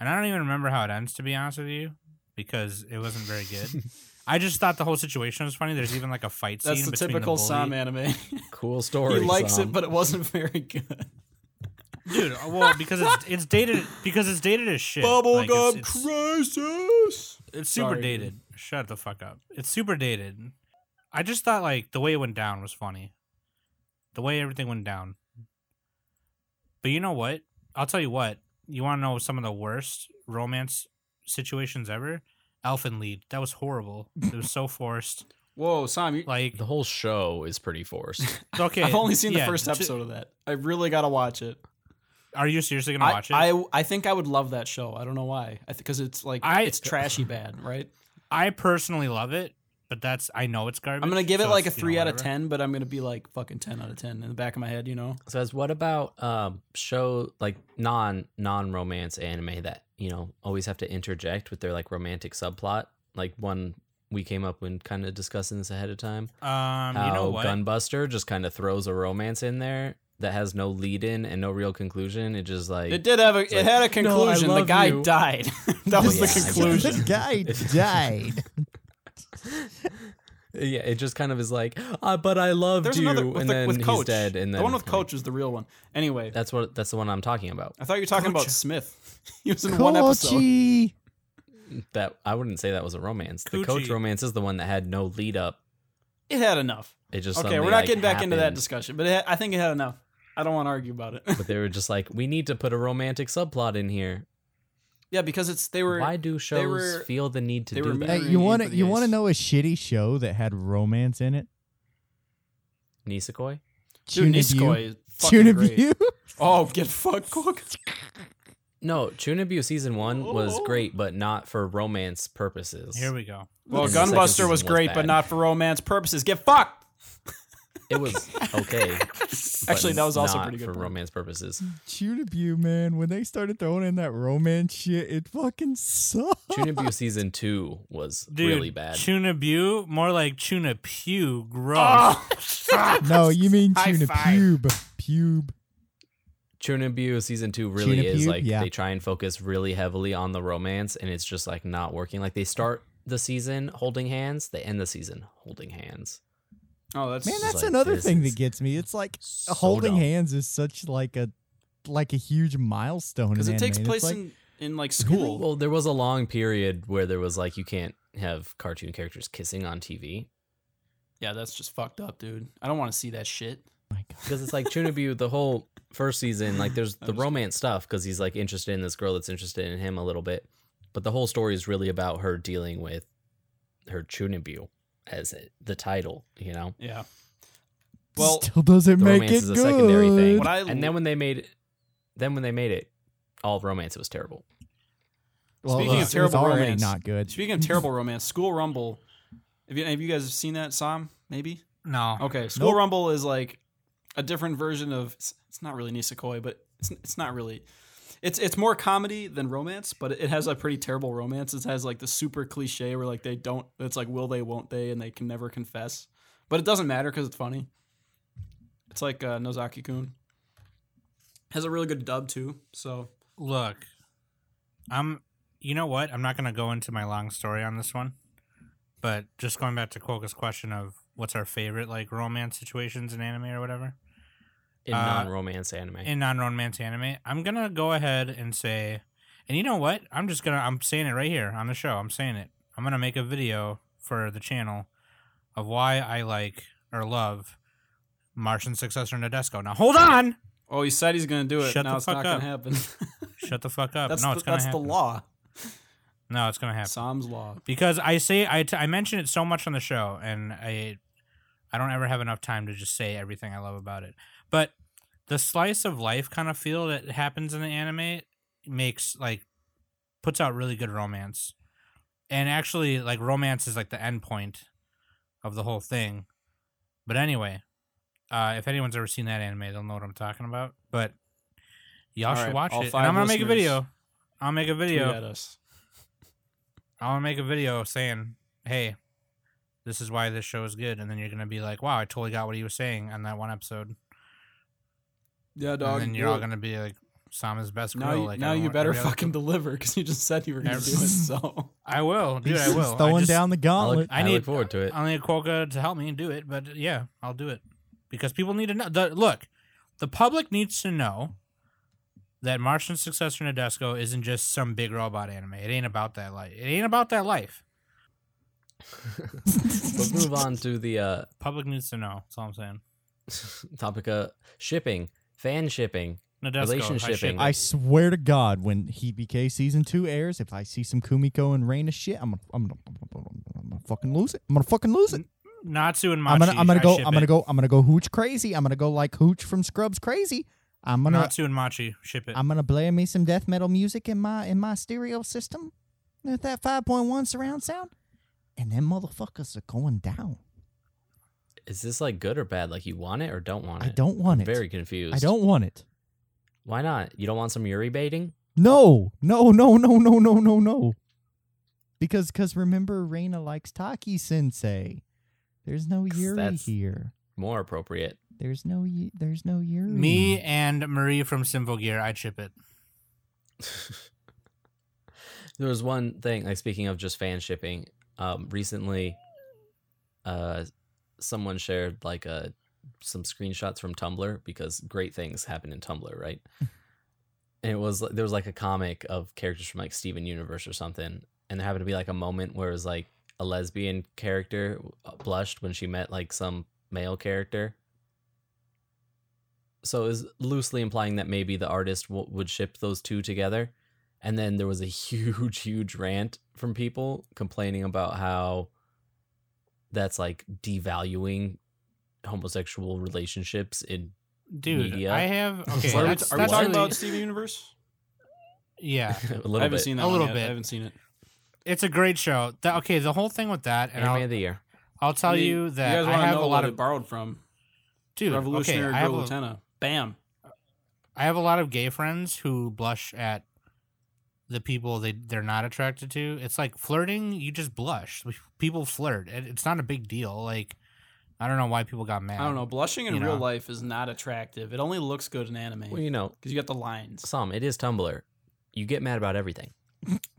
Speaker 3: And I don't even remember how it ends to be honest with you, because it wasn't very good. I just thought the whole situation was funny. There's even like a fight scene.
Speaker 5: That's the
Speaker 3: between
Speaker 5: typical
Speaker 3: the bully.
Speaker 5: Sam anime.
Speaker 1: Cool
Speaker 5: he
Speaker 1: story.
Speaker 5: likes
Speaker 1: Sam.
Speaker 5: it, but it wasn't very good.
Speaker 3: dude. uh, Well, because it's, it's dated because it's dated as shit. Like, it's- it's-
Speaker 5: crisis.
Speaker 3: It's super
Speaker 5: Sorry.
Speaker 3: dated. Shut the fuck up. It's super dated. I just thought like the way it went down was funny. The way everything went down. But you know what? I'll tell you what. You want to know some of the worst romance situations ever? Elf and Lead. That was horrible. It was so forced.
Speaker 5: Whoa, Sam, you,
Speaker 3: Like
Speaker 1: the whole show is pretty forced.
Speaker 3: okay,
Speaker 5: I've only seen
Speaker 3: yeah,
Speaker 5: the first
Speaker 3: j-
Speaker 5: episode of that. I really gotta watch it.
Speaker 3: Are you seriously gonna
Speaker 5: I,
Speaker 3: watch it? I,
Speaker 5: I I think I would love that show. I don't know why. I because it's like
Speaker 3: I-
Speaker 5: it's trashy bad, right?
Speaker 3: personally love it, but that's I know it's garbage.
Speaker 5: I'm gonna give it
Speaker 3: so
Speaker 5: like a
Speaker 3: it's, you know,
Speaker 5: three out of
Speaker 3: whatever.
Speaker 5: ten, but I'm gonna be like fucking ten out of ten in the back of my head, you know.
Speaker 1: Says, what about um, show like non non romance anime that you know always have to interject with their like romantic subplot? Like one we came up when kind of discussing this ahead of time.
Speaker 3: Um,
Speaker 1: how
Speaker 3: you
Speaker 5: Oh,
Speaker 3: know what?
Speaker 1: Gunbuster just kind of throws a romance in there that has no lead in and no real conclusion. It just like
Speaker 5: It did have a
Speaker 1: like,
Speaker 5: it had a
Speaker 1: "No, I
Speaker 5: conclusion. the
Speaker 1: love
Speaker 5: guy
Speaker 1: you."
Speaker 5: died. that was
Speaker 1: yeah, I
Speaker 5: the
Speaker 1: guess.
Speaker 5: conclusion.
Speaker 4: the guy died.
Speaker 1: yeah, it just kind of is like, ah, but I loved
Speaker 5: There's
Speaker 1: you,
Speaker 5: another
Speaker 1: and
Speaker 5: with, the,
Speaker 1: then
Speaker 5: with
Speaker 1: he's
Speaker 5: Coach.
Speaker 1: dead, and then
Speaker 5: the one with
Speaker 1: like,
Speaker 5: Coach is the real one. Anyway,
Speaker 1: That's what that's the one I'm talking about.
Speaker 5: I thought you were talking about
Speaker 3: Coach.
Speaker 5: Smith. he was in one episode.
Speaker 4: Kochi.
Speaker 1: That I wouldn't say that was a romance. The Coach
Speaker 3: Coochie.
Speaker 1: romance is the one that had no lead up.
Speaker 5: It had enough.
Speaker 1: It just
Speaker 5: Okay,
Speaker 1: suddenly,
Speaker 5: we're not
Speaker 1: like,
Speaker 5: getting back into that
Speaker 1: happened.
Speaker 5: discussion, but it had, I think it had enough. I don't want to argue about it.
Speaker 1: but they were just like, we need to put a romantic subplot in here.
Speaker 5: yeah, because it's they were
Speaker 1: Why do shows
Speaker 5: were-
Speaker 1: feel the need to
Speaker 5: they
Speaker 1: do
Speaker 5: were
Speaker 1: that?
Speaker 4: Hey,
Speaker 5: Hey,
Speaker 4: you
Speaker 5: Irony
Speaker 4: want
Speaker 5: for
Speaker 4: to
Speaker 5: the
Speaker 4: you want to
Speaker 5: ace.
Speaker 4: know a shitty show that had romance in it?
Speaker 1: Nisekoi?
Speaker 5: Dude,
Speaker 4: Tune of You.
Speaker 5: Nisekoi is fucking
Speaker 4: Tune of
Speaker 5: great.
Speaker 4: You?
Speaker 5: Oh, get fucked, Cook.
Speaker 1: No, Chunibyo season one was
Speaker 5: Oh.
Speaker 1: great, but not for romance purposes.
Speaker 3: Here we go.
Speaker 5: Well,
Speaker 1: The second
Speaker 5: Gunbuster
Speaker 1: season
Speaker 5: was
Speaker 1: was
Speaker 5: great, but
Speaker 1: bad.
Speaker 5: not for romance purposes. Get fucked.
Speaker 1: It was okay. but
Speaker 5: Actually, that was also
Speaker 1: not
Speaker 5: pretty good
Speaker 1: for
Speaker 5: point.
Speaker 1: romance purposes.
Speaker 4: Tune of You, man. When they started throwing in that romance shit, it fucking sucked.
Speaker 1: Chunibyo season two was
Speaker 3: Dude,
Speaker 1: really bad.
Speaker 3: Chuna Pew, more like Chuna Pew. Gross.
Speaker 4: no, you mean
Speaker 3: High
Speaker 4: Tune of
Speaker 3: five.
Speaker 4: Pube. Pube.
Speaker 1: Chunibyo season two really
Speaker 4: Chunibyo,
Speaker 1: is like
Speaker 4: yeah.
Speaker 1: they try and focus really heavily on the romance, and it's just like not working. Like they start the season holding hands, they end the season holding hands.
Speaker 5: Oh, that's
Speaker 4: Man, that's
Speaker 1: like,
Speaker 4: another
Speaker 1: this
Speaker 4: thing
Speaker 1: is
Speaker 4: that gets me. It's like
Speaker 1: So
Speaker 4: holding
Speaker 1: dumb.
Speaker 4: hands is such like a like a huge milestone.
Speaker 5: because
Speaker 4: in
Speaker 5: it takes
Speaker 4: anime. It's
Speaker 5: place
Speaker 4: like,
Speaker 5: in in like school.
Speaker 1: Well, there was a long period where there was like you can't have cartoon characters kissing on TV
Speaker 5: Yeah, that's just fucked up, dude. I don't want to see that shit.
Speaker 4: my God.
Speaker 1: because it's like Chunibyo the whole first season like there's the
Speaker 5: Understood.
Speaker 1: romance stuff because he's like interested in this girl that's interested in him a little bit, but the whole story is really about her dealing with her Chunibyo as it, the title, you know.
Speaker 5: Yeah. Well,
Speaker 4: still doesn't
Speaker 1: The
Speaker 4: make
Speaker 1: romance
Speaker 4: it
Speaker 1: is a
Speaker 4: good.
Speaker 1: secondary thing,
Speaker 5: What I-
Speaker 1: and then when they made it, then when they made it, all romance was terrible.
Speaker 4: Well,
Speaker 5: Speaking
Speaker 4: it
Speaker 5: of
Speaker 4: was
Speaker 5: terrible
Speaker 4: already
Speaker 5: romance,
Speaker 4: not good.
Speaker 5: speaking of terrible romance, School Rumble. Have you, have you guys seen that, Sam? Maybe.
Speaker 3: no.
Speaker 5: Okay, School
Speaker 4: Nope.
Speaker 5: Rumble is like a different version of it's, it's not really Nisekoi, but it's it's not really it's it's more comedy than romance, but it has a pretty terrible romance. It has like the super cliche where like they don't it's like will they won't they and they can never confess. But it doesn't matter cuz it's funny. It's like uh, Nozaki-kun. Has a really good dub too. So,
Speaker 3: Look, I'm. You know what? I'm not going to go into my long story on this one, but just going back to Quokka's question of what's our favorite like romance situations in anime or whatever
Speaker 1: in
Speaker 3: Uh,
Speaker 1: non-romance anime.
Speaker 3: in non-romance anime, I'm gonna go ahead and say, and you know what? I'm just gonna. I'm saying it right here on the show. I'm saying it. I'm gonna make a video for the channel of why I like or love Martian Successor Nadesco. Now hold on.
Speaker 5: oh, he said he's going to do it.
Speaker 3: Shut
Speaker 5: now
Speaker 3: the
Speaker 5: it's
Speaker 3: fuck
Speaker 5: not going
Speaker 3: up.
Speaker 5: to happen.
Speaker 3: Shut the fuck up.
Speaker 5: That's
Speaker 3: no,
Speaker 5: the,
Speaker 3: it's gonna
Speaker 5: that's
Speaker 3: happen.
Speaker 5: the law.
Speaker 3: No, it's gonna happen.
Speaker 5: Psalms law.
Speaker 3: because I say I, t- I mention it so much on the show, and I I don't ever have enough time to just say everything I love about it. But the slice of life kind of feel that happens in the anime makes like puts out really good romance, and actually like romance is like the end point of the whole thing. But anyway, uh, if anyone's ever seen that anime, they'll know what I'm talking about. But y'all
Speaker 5: All
Speaker 3: all should
Speaker 5: right,
Speaker 3: watch
Speaker 5: all
Speaker 3: it. And
Speaker 5: five
Speaker 3: I'm gonna make a
Speaker 5: listeners,
Speaker 3: video. I'll make a video.
Speaker 5: Tweet at us.
Speaker 3: I want to make a video saying, "Hey, this is why this show is good," and then you're gonna be like, "Wow, I totally got what he was saying on that one episode,"
Speaker 5: Yeah, dog.
Speaker 3: and then you're
Speaker 5: do
Speaker 3: all
Speaker 5: it.
Speaker 3: gonna be like, "Sama's best
Speaker 5: now
Speaker 3: girl."
Speaker 5: you,
Speaker 3: like,
Speaker 5: now
Speaker 3: I
Speaker 5: you
Speaker 3: want
Speaker 5: better
Speaker 3: every other-
Speaker 5: fucking deliver because you just said you were gonna do it. So
Speaker 3: I will, dude.
Speaker 4: He's
Speaker 3: I will.
Speaker 4: just throwing
Speaker 3: I just,
Speaker 4: down the
Speaker 1: I
Speaker 4: gauntlet.
Speaker 1: look,
Speaker 3: I
Speaker 1: I
Speaker 3: need-
Speaker 1: look forward to it.
Speaker 3: I need Quokka to help me do it, but yeah, I'll do it because people need to know. The, look, the public needs to know that Martian Successor Nadesco isn't just some big robot anime. It ain't about that life. It ain't about that life.
Speaker 4: uh,
Speaker 1: Let's move on to the uh,
Speaker 3: Public needs to know. That's all I'm saying.
Speaker 1: topic of shipping, fan shipping.
Speaker 3: Nadesco, I ship
Speaker 1: Relationshipping.
Speaker 4: I swear to God, when Hebk season two airs, if I see some Kumiko and Rain of shit, I'm gonna, I'm gonna, I'm gonna fucking lose it. I'm gonna fucking lose it.
Speaker 3: Natsu and Machi.
Speaker 4: I'm gonna, I'm gonna
Speaker 3: I
Speaker 4: go,
Speaker 3: ship
Speaker 4: I'm gonna
Speaker 3: it.
Speaker 4: go, I'm gonna go hooch crazy. I'm gonna go like hooch from Scrubs crazy. I'm gonna,
Speaker 3: Natsu and Machi ship it.
Speaker 4: I'm gonna blare me some death metal music in my in my stereo system with that 5.1 surround sound, and them motherfuckers are going down.
Speaker 1: Is this like good or bad? Like you want it or don't want
Speaker 4: I
Speaker 1: it?
Speaker 4: don't want it.
Speaker 1: Very confused.
Speaker 4: I don't want it.
Speaker 1: Why not? You don't want some Yuri baiting?
Speaker 4: No, no, no, no, no, no, no, no. Because because remember, Reina likes Taki Sensei. There's no
Speaker 1: 'Cause
Speaker 4: Yuri
Speaker 1: that's-
Speaker 4: here.
Speaker 1: More appropriate.
Speaker 4: There's no Yu- there's no Yuri.
Speaker 3: Me and Marie from Simville Gear, I'd ship it.
Speaker 1: There was one thing, like speaking of just fan shipping, um, recently uh someone shared like a some screenshots from Tumblr because great things happen in Tumblr, right? and it was there was like a comic of characters from like Steven Universe or something, and there happened to be like a moment where it was like a lesbian character uh, blushed when she met like some male character. So it was loosely implying that maybe the artist w- would ship those two together. And then there was a huge, huge rant from people complaining about how that's like devaluing homosexual relationships in
Speaker 3: Dude,
Speaker 1: Media.
Speaker 3: I have okay.
Speaker 1: What are we-
Speaker 3: that's,
Speaker 1: are we talking
Speaker 3: that's actually-
Speaker 1: about
Speaker 5: Steven Universe?
Speaker 3: Yeah,
Speaker 1: a little
Speaker 5: I haven't
Speaker 1: bit.
Speaker 5: seen that.
Speaker 3: A
Speaker 5: one
Speaker 3: little
Speaker 5: yet.
Speaker 3: bit.
Speaker 5: I haven't seen it.
Speaker 3: it's a great show. That, okay, the whole thing with that, and
Speaker 1: Anime of
Speaker 3: I'll,
Speaker 1: the year.
Speaker 3: I'll tell
Speaker 5: I mean,
Speaker 3: you that
Speaker 5: guys
Speaker 3: I
Speaker 5: wanna
Speaker 3: have
Speaker 5: know
Speaker 3: a
Speaker 5: what
Speaker 3: lot
Speaker 5: it
Speaker 3: of
Speaker 5: borrowed from
Speaker 3: dude. Okay,
Speaker 5: Revolutionary
Speaker 3: I have
Speaker 5: Girl
Speaker 3: a,
Speaker 5: Lieutenant. Bam.
Speaker 3: I have a lot of gay friends who blush at the people they they're not attracted to. It's like flirting. You just blush. People flirt. It, it's not a big deal. Like I don't know why people got mad.
Speaker 5: I don't know. Blushing in
Speaker 3: You
Speaker 5: real
Speaker 3: know.
Speaker 5: life is not attractive. It only looks good in anime
Speaker 1: Well,
Speaker 5: because
Speaker 1: you know,
Speaker 5: you got the lines.
Speaker 1: some it is Tumblr. You get mad about everything.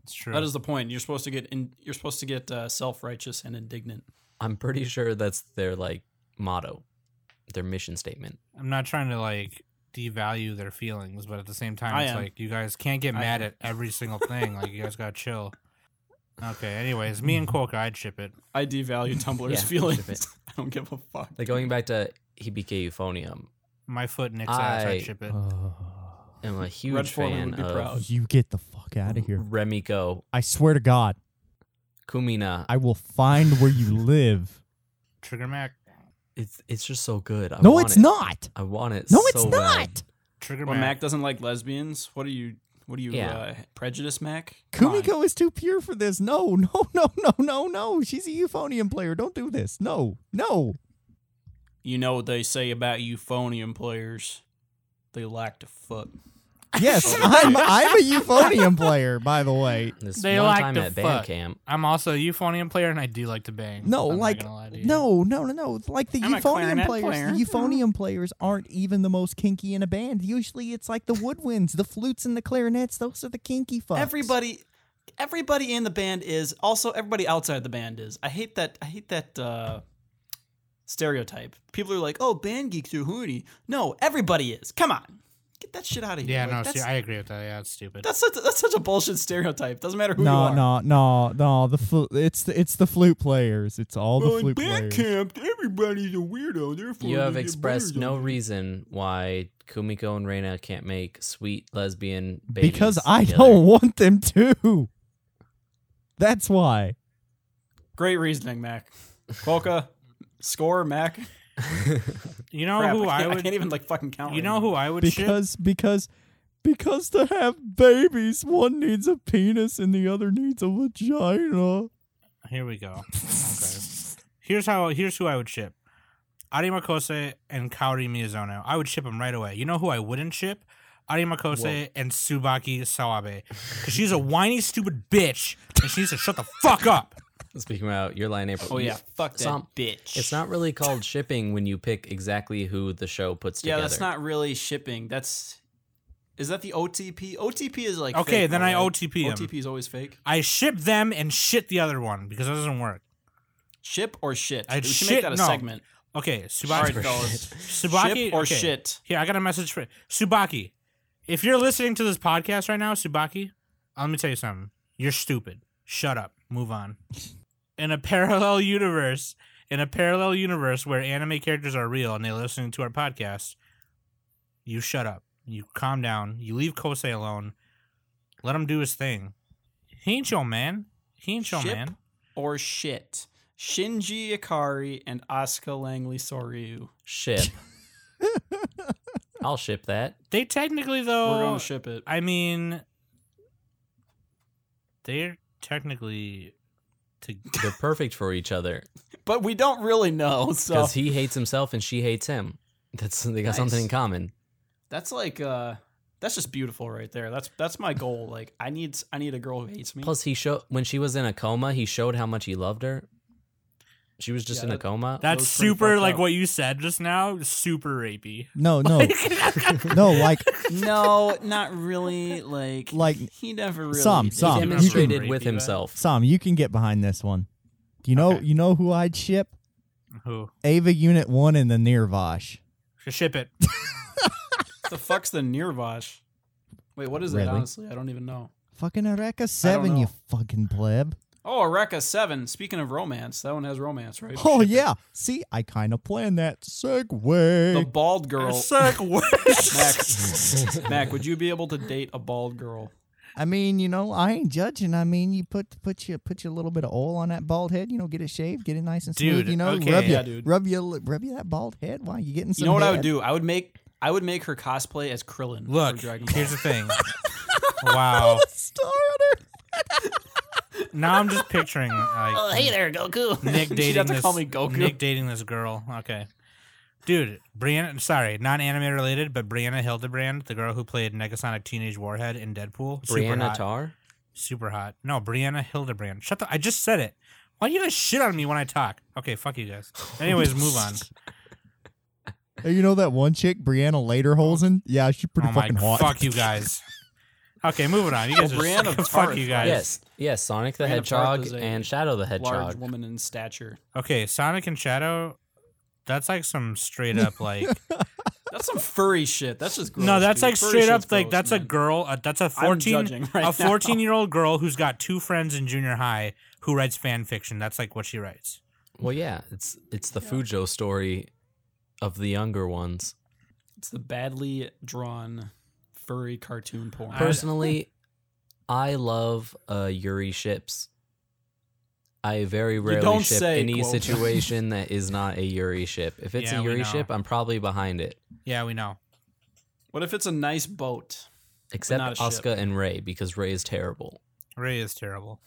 Speaker 3: It's true.
Speaker 5: That is the point. You're supposed to get in, you're supposed to get uh, self righteous and indignant.
Speaker 1: I'm pretty sure that's their like motto, their mission statement.
Speaker 3: I'm not trying to like devalue their feelings, but at the same time,
Speaker 5: I
Speaker 3: it's
Speaker 5: am.
Speaker 3: like you guys can't get
Speaker 5: I
Speaker 3: mad
Speaker 5: am.
Speaker 3: at every single thing. like you guys got to chill. Okay. Anyways, me and Quokka, I'd ship it.
Speaker 5: I devalue Tumblr's
Speaker 1: Yeah, ship it.
Speaker 5: feelings. I don't give a fuck.
Speaker 1: Like going back to Hibike Euphonium,
Speaker 3: My foot nicks ass,
Speaker 1: I-
Speaker 3: I'd ship it.
Speaker 4: Oh,
Speaker 1: I'm a huge
Speaker 5: Red Foreman
Speaker 1: fan
Speaker 5: would be
Speaker 1: of
Speaker 5: proud.
Speaker 4: you get the fuck out of here.
Speaker 1: Remiko
Speaker 4: I swear to God,
Speaker 1: Kumina.
Speaker 4: I will find where you live.
Speaker 3: Trigger Mac.
Speaker 1: it's it's just so good. I
Speaker 4: no,
Speaker 1: want
Speaker 4: it's
Speaker 1: it.
Speaker 4: not.
Speaker 1: I want it.
Speaker 4: No,
Speaker 1: so
Speaker 4: it's
Speaker 1: bad.
Speaker 4: not.
Speaker 3: Trigger
Speaker 5: Well, Mac
Speaker 3: Mac.
Speaker 5: doesn't like lesbians. What are you? What are you?
Speaker 1: Yeah.
Speaker 5: Uh, prejudice, Mac? Come on.
Speaker 4: Kumiko is too pure for this. No, no, no, no, no, no. She's a euphonium player. Don't do this. No, no.
Speaker 5: You know what they say about euphonium players? They like to fuck.
Speaker 4: Yes, I'm I'm a euphonium player, by the way.
Speaker 1: This
Speaker 3: They
Speaker 1: one
Speaker 3: like
Speaker 1: time
Speaker 3: to
Speaker 1: at
Speaker 3: fuck.
Speaker 1: Bandcamp,
Speaker 3: I'm also a euphonium player, and I do like to bang.
Speaker 4: No,
Speaker 3: I'm not
Speaker 4: like
Speaker 3: gonna lie to you.
Speaker 4: no, no, no, no. Like the
Speaker 5: I'm a
Speaker 4: euphonium
Speaker 5: clarinet
Speaker 4: players,
Speaker 5: player.
Speaker 4: the euphonium players aren't even the most kinky in a band. Usually, it's like the woodwinds, the flutes, and the clarinets. Those are the kinky fucks.
Speaker 5: Everybody, everybody in the band is. Also, everybody outside the band is. I hate that. I hate that uh, stereotype. People are like, "Oh, band geeks are horny." No, everybody is. Come on, Get that shit out of here.
Speaker 3: Yeah,
Speaker 5: Like,
Speaker 3: no,
Speaker 5: that's,
Speaker 3: see, I agree with that. Yeah, it's stupid.
Speaker 5: that's such, that's such a bullshit stereotype. Doesn't matter who you
Speaker 4: no,
Speaker 5: are.
Speaker 4: no, no, no. The flu- it's the, it's the flute players. It's all the flute players.
Speaker 5: camp, everybody's a weirdo. Therefore,
Speaker 1: You have expressed no reason why Kumiko and Reina can't make sweet lesbian babies.
Speaker 4: because I
Speaker 1: together.
Speaker 4: don't want them to. That's why.
Speaker 5: Great reasoning, Mac. Polka, score, Mac.
Speaker 3: you know
Speaker 5: Crap,
Speaker 3: who
Speaker 5: I,
Speaker 3: I,
Speaker 5: can't, I
Speaker 3: would.
Speaker 5: can't even like fucking count.
Speaker 3: you
Speaker 5: right
Speaker 3: know
Speaker 5: now.
Speaker 3: who I would ship?
Speaker 4: Because because because to have babies, one needs a penis and the other needs a vagina.
Speaker 3: Here we go. Okay. Here's how. Here's who I would ship. Ari Makose and Kaori Miyazono. I would ship them right away. You know who I wouldn't ship? Ari Makose and Subaki Sawabe. Because she's a whiny, stupid bitch, and she needs to shut the fuck up.
Speaker 1: Speaking about your line, April.
Speaker 5: Oh yeah, fuck that
Speaker 1: Some-
Speaker 5: bitch.
Speaker 1: It's not really called shipping when you pick exactly who the show puts
Speaker 5: Yeah,
Speaker 1: together.
Speaker 5: that's not really shipping. That's is that the OTP? OTP is like
Speaker 3: Okay,
Speaker 5: fake,
Speaker 3: then
Speaker 5: though,
Speaker 3: I
Speaker 5: right?
Speaker 3: OTP 'em.
Speaker 5: OTP is always fake.
Speaker 3: I ship them and shit the other one because that doesn't work.
Speaker 5: Ship or shit.
Speaker 3: I'd
Speaker 5: we should make
Speaker 3: shit-
Speaker 5: that a
Speaker 3: no.
Speaker 5: segment.
Speaker 3: Okay,
Speaker 5: All right,
Speaker 3: Subaki.
Speaker 5: fellas.
Speaker 3: Subaki
Speaker 5: ship or
Speaker 3: okay.
Speaker 5: shit.
Speaker 3: Here, I got a message for Subaki. If you're listening to this podcast right now, Subaki, let me tell you something. You're stupid. Shut up. Move on. In a parallel universe, in a parallel universe where anime characters are real and they're listening to our podcast, you shut up. You calm down. You leave Kosei alone. Let him do his thing. He ain't your man. He ain't your
Speaker 5: Ship
Speaker 3: man.
Speaker 5: Or shit. Shinji Ikari and Asuka Langley Soryu.
Speaker 1: ship. I'll ship that.
Speaker 3: They technically
Speaker 5: We're
Speaker 3: though
Speaker 5: gonna ship it.
Speaker 3: Oh, I mean, they're technically to.
Speaker 1: They're perfect for each other
Speaker 5: But we don't really know, so
Speaker 1: because he hates himself and she hates him. That's they got something
Speaker 5: Nice.
Speaker 1: in common.
Speaker 5: that's like uh that's just beautiful right there. That's that's my goal. Like I need I need a girl who hates me.
Speaker 1: Plus, he showed when she was in a coma, he showed how much he loved her. She was just
Speaker 5: Yeah,
Speaker 1: in a
Speaker 5: that-
Speaker 1: coma.
Speaker 5: That
Speaker 3: That's
Speaker 5: was pretty
Speaker 3: super
Speaker 5: fucked
Speaker 3: like
Speaker 5: up.
Speaker 3: what you said just now. Super rapey.
Speaker 4: No, no, no. Like
Speaker 5: no, not really. Like
Speaker 4: Like,
Speaker 5: he never really
Speaker 4: some,
Speaker 5: did.
Speaker 1: he
Speaker 4: some. Tom, you
Speaker 1: demonstrated
Speaker 3: can-
Speaker 1: with
Speaker 3: Rapey,
Speaker 1: himself.
Speaker 4: Sam, you can get behind this one. Do you know
Speaker 3: Okay.
Speaker 4: you know who I'd ship?
Speaker 3: Who
Speaker 4: Ava Unit One and the Nirvash.
Speaker 3: ship it?
Speaker 5: What the fuck's the Nirvash? Wait, what is that?
Speaker 4: Really?
Speaker 5: Honestly, I don't even know.
Speaker 4: Fucking Eureka Seven, you
Speaker 5: know.
Speaker 4: fucking pleb.
Speaker 5: Oh, Eureka Seven. Speaking of romance, that one has romance, right?
Speaker 4: Oh
Speaker 5: Shit.
Speaker 4: yeah. See, I kind of planned that
Speaker 5: the
Speaker 4: segue.
Speaker 5: bald
Speaker 3: I
Speaker 5: girl.
Speaker 3: suck.
Speaker 5: Mac, Mac, would you be able to date a bald girl?
Speaker 4: I mean, you know, I ain't judging. I mean, you put put you put you a little bit of oil on that bald head. You know, get it shaved, get it nice and smooth.
Speaker 3: Dude,
Speaker 4: you know,
Speaker 3: okay.
Speaker 4: rub
Speaker 5: Yeah,
Speaker 4: your
Speaker 5: dude.
Speaker 4: rub your li- rub your that bald head. Why you getting some?
Speaker 5: You know what I
Speaker 4: head.
Speaker 5: would do? I would make I would make her cosplay as Krillin. from
Speaker 3: Look,
Speaker 5: Dragon Ball.
Speaker 3: here's the thing. Wow.
Speaker 4: Starter.
Speaker 3: Now I'm just picturing like. Oh, hey there, Goku. Nick dating
Speaker 5: have to
Speaker 3: this.
Speaker 5: call me Goku.
Speaker 3: Nick dating this girl. Okay. Dude, Brianna, sorry, not anime related, but Brianna Hildebrand, the girl who played Negasonic Teenage Warhead in Deadpool. super
Speaker 1: Brianna
Speaker 3: hot.
Speaker 1: Tar.
Speaker 3: Super hot. No, Brianna Hildebrand. Shut the. I just said it. Why do you guys shit on me when I talk? Okay, fuck you guys. Anyways, move on.
Speaker 4: Hey, you know that one chick, Brianna Laterholzen? Yeah, she's pretty
Speaker 3: oh my
Speaker 4: fucking hot.
Speaker 3: fuck you guys. Okay, moving on. You guys
Speaker 5: Well,
Speaker 3: are
Speaker 5: Oh, Brianna
Speaker 3: fuck
Speaker 5: Tarth,
Speaker 3: you
Speaker 5: right?
Speaker 3: guys.
Speaker 1: Yes, yes. Sonic the
Speaker 5: Brianna Tarth
Speaker 1: Hedgehog
Speaker 5: is a
Speaker 1: and Shadow the
Speaker 5: Large
Speaker 1: Hedgehog.
Speaker 5: woman in stature.
Speaker 3: Okay, Sonic and Shadow. That's like some straight up like
Speaker 5: That's some furry shit. That's just gross.
Speaker 3: no, that's
Speaker 5: dude.
Speaker 3: like
Speaker 5: Furry
Speaker 3: straight
Speaker 5: shit's
Speaker 3: up like
Speaker 5: gross,
Speaker 3: that's a
Speaker 5: man.
Speaker 3: girl. Uh, that's a
Speaker 5: I'm
Speaker 3: fourteen
Speaker 5: judging right now.
Speaker 3: a fourteen year old girl who's got two friends in junior high who writes fan fiction. That's like what she writes.
Speaker 1: Well, yeah, it's it's the Fujo story of the younger ones.
Speaker 5: It's the badly drawn furry cartoon porn.
Speaker 3: I-
Speaker 1: Personally, I love uh, Yuri ships. I very rarely
Speaker 5: don't
Speaker 1: ship
Speaker 5: say,
Speaker 1: any
Speaker 5: Quoth.
Speaker 1: situation that is not a Yuri ship. If it's
Speaker 3: Yeah,
Speaker 1: a
Speaker 3: we
Speaker 1: Yuri
Speaker 3: know.
Speaker 1: ship, I'm probably behind it.
Speaker 3: Yeah, we know.
Speaker 5: what if it's a nice boat?
Speaker 1: Except
Speaker 5: not a ship.
Speaker 1: Asuka and Ray because Ray is terrible.
Speaker 3: Ray is terrible.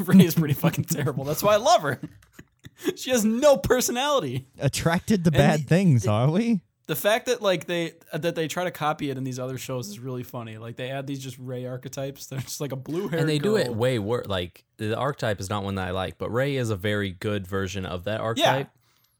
Speaker 5: Ray is pretty fucking terrible. That's why I love her. she has no personality.
Speaker 4: Attracted to bad
Speaker 5: the-
Speaker 4: things, are we?
Speaker 5: The fact that like they that they try to copy it in these other shows is really funny. Like they add these just Ray archetypes. They're just like a blue hair.
Speaker 1: and they do it way worse. Like the archetype is not one that I like, but Ray is a very good version of that
Speaker 5: yeah.
Speaker 1: archetype.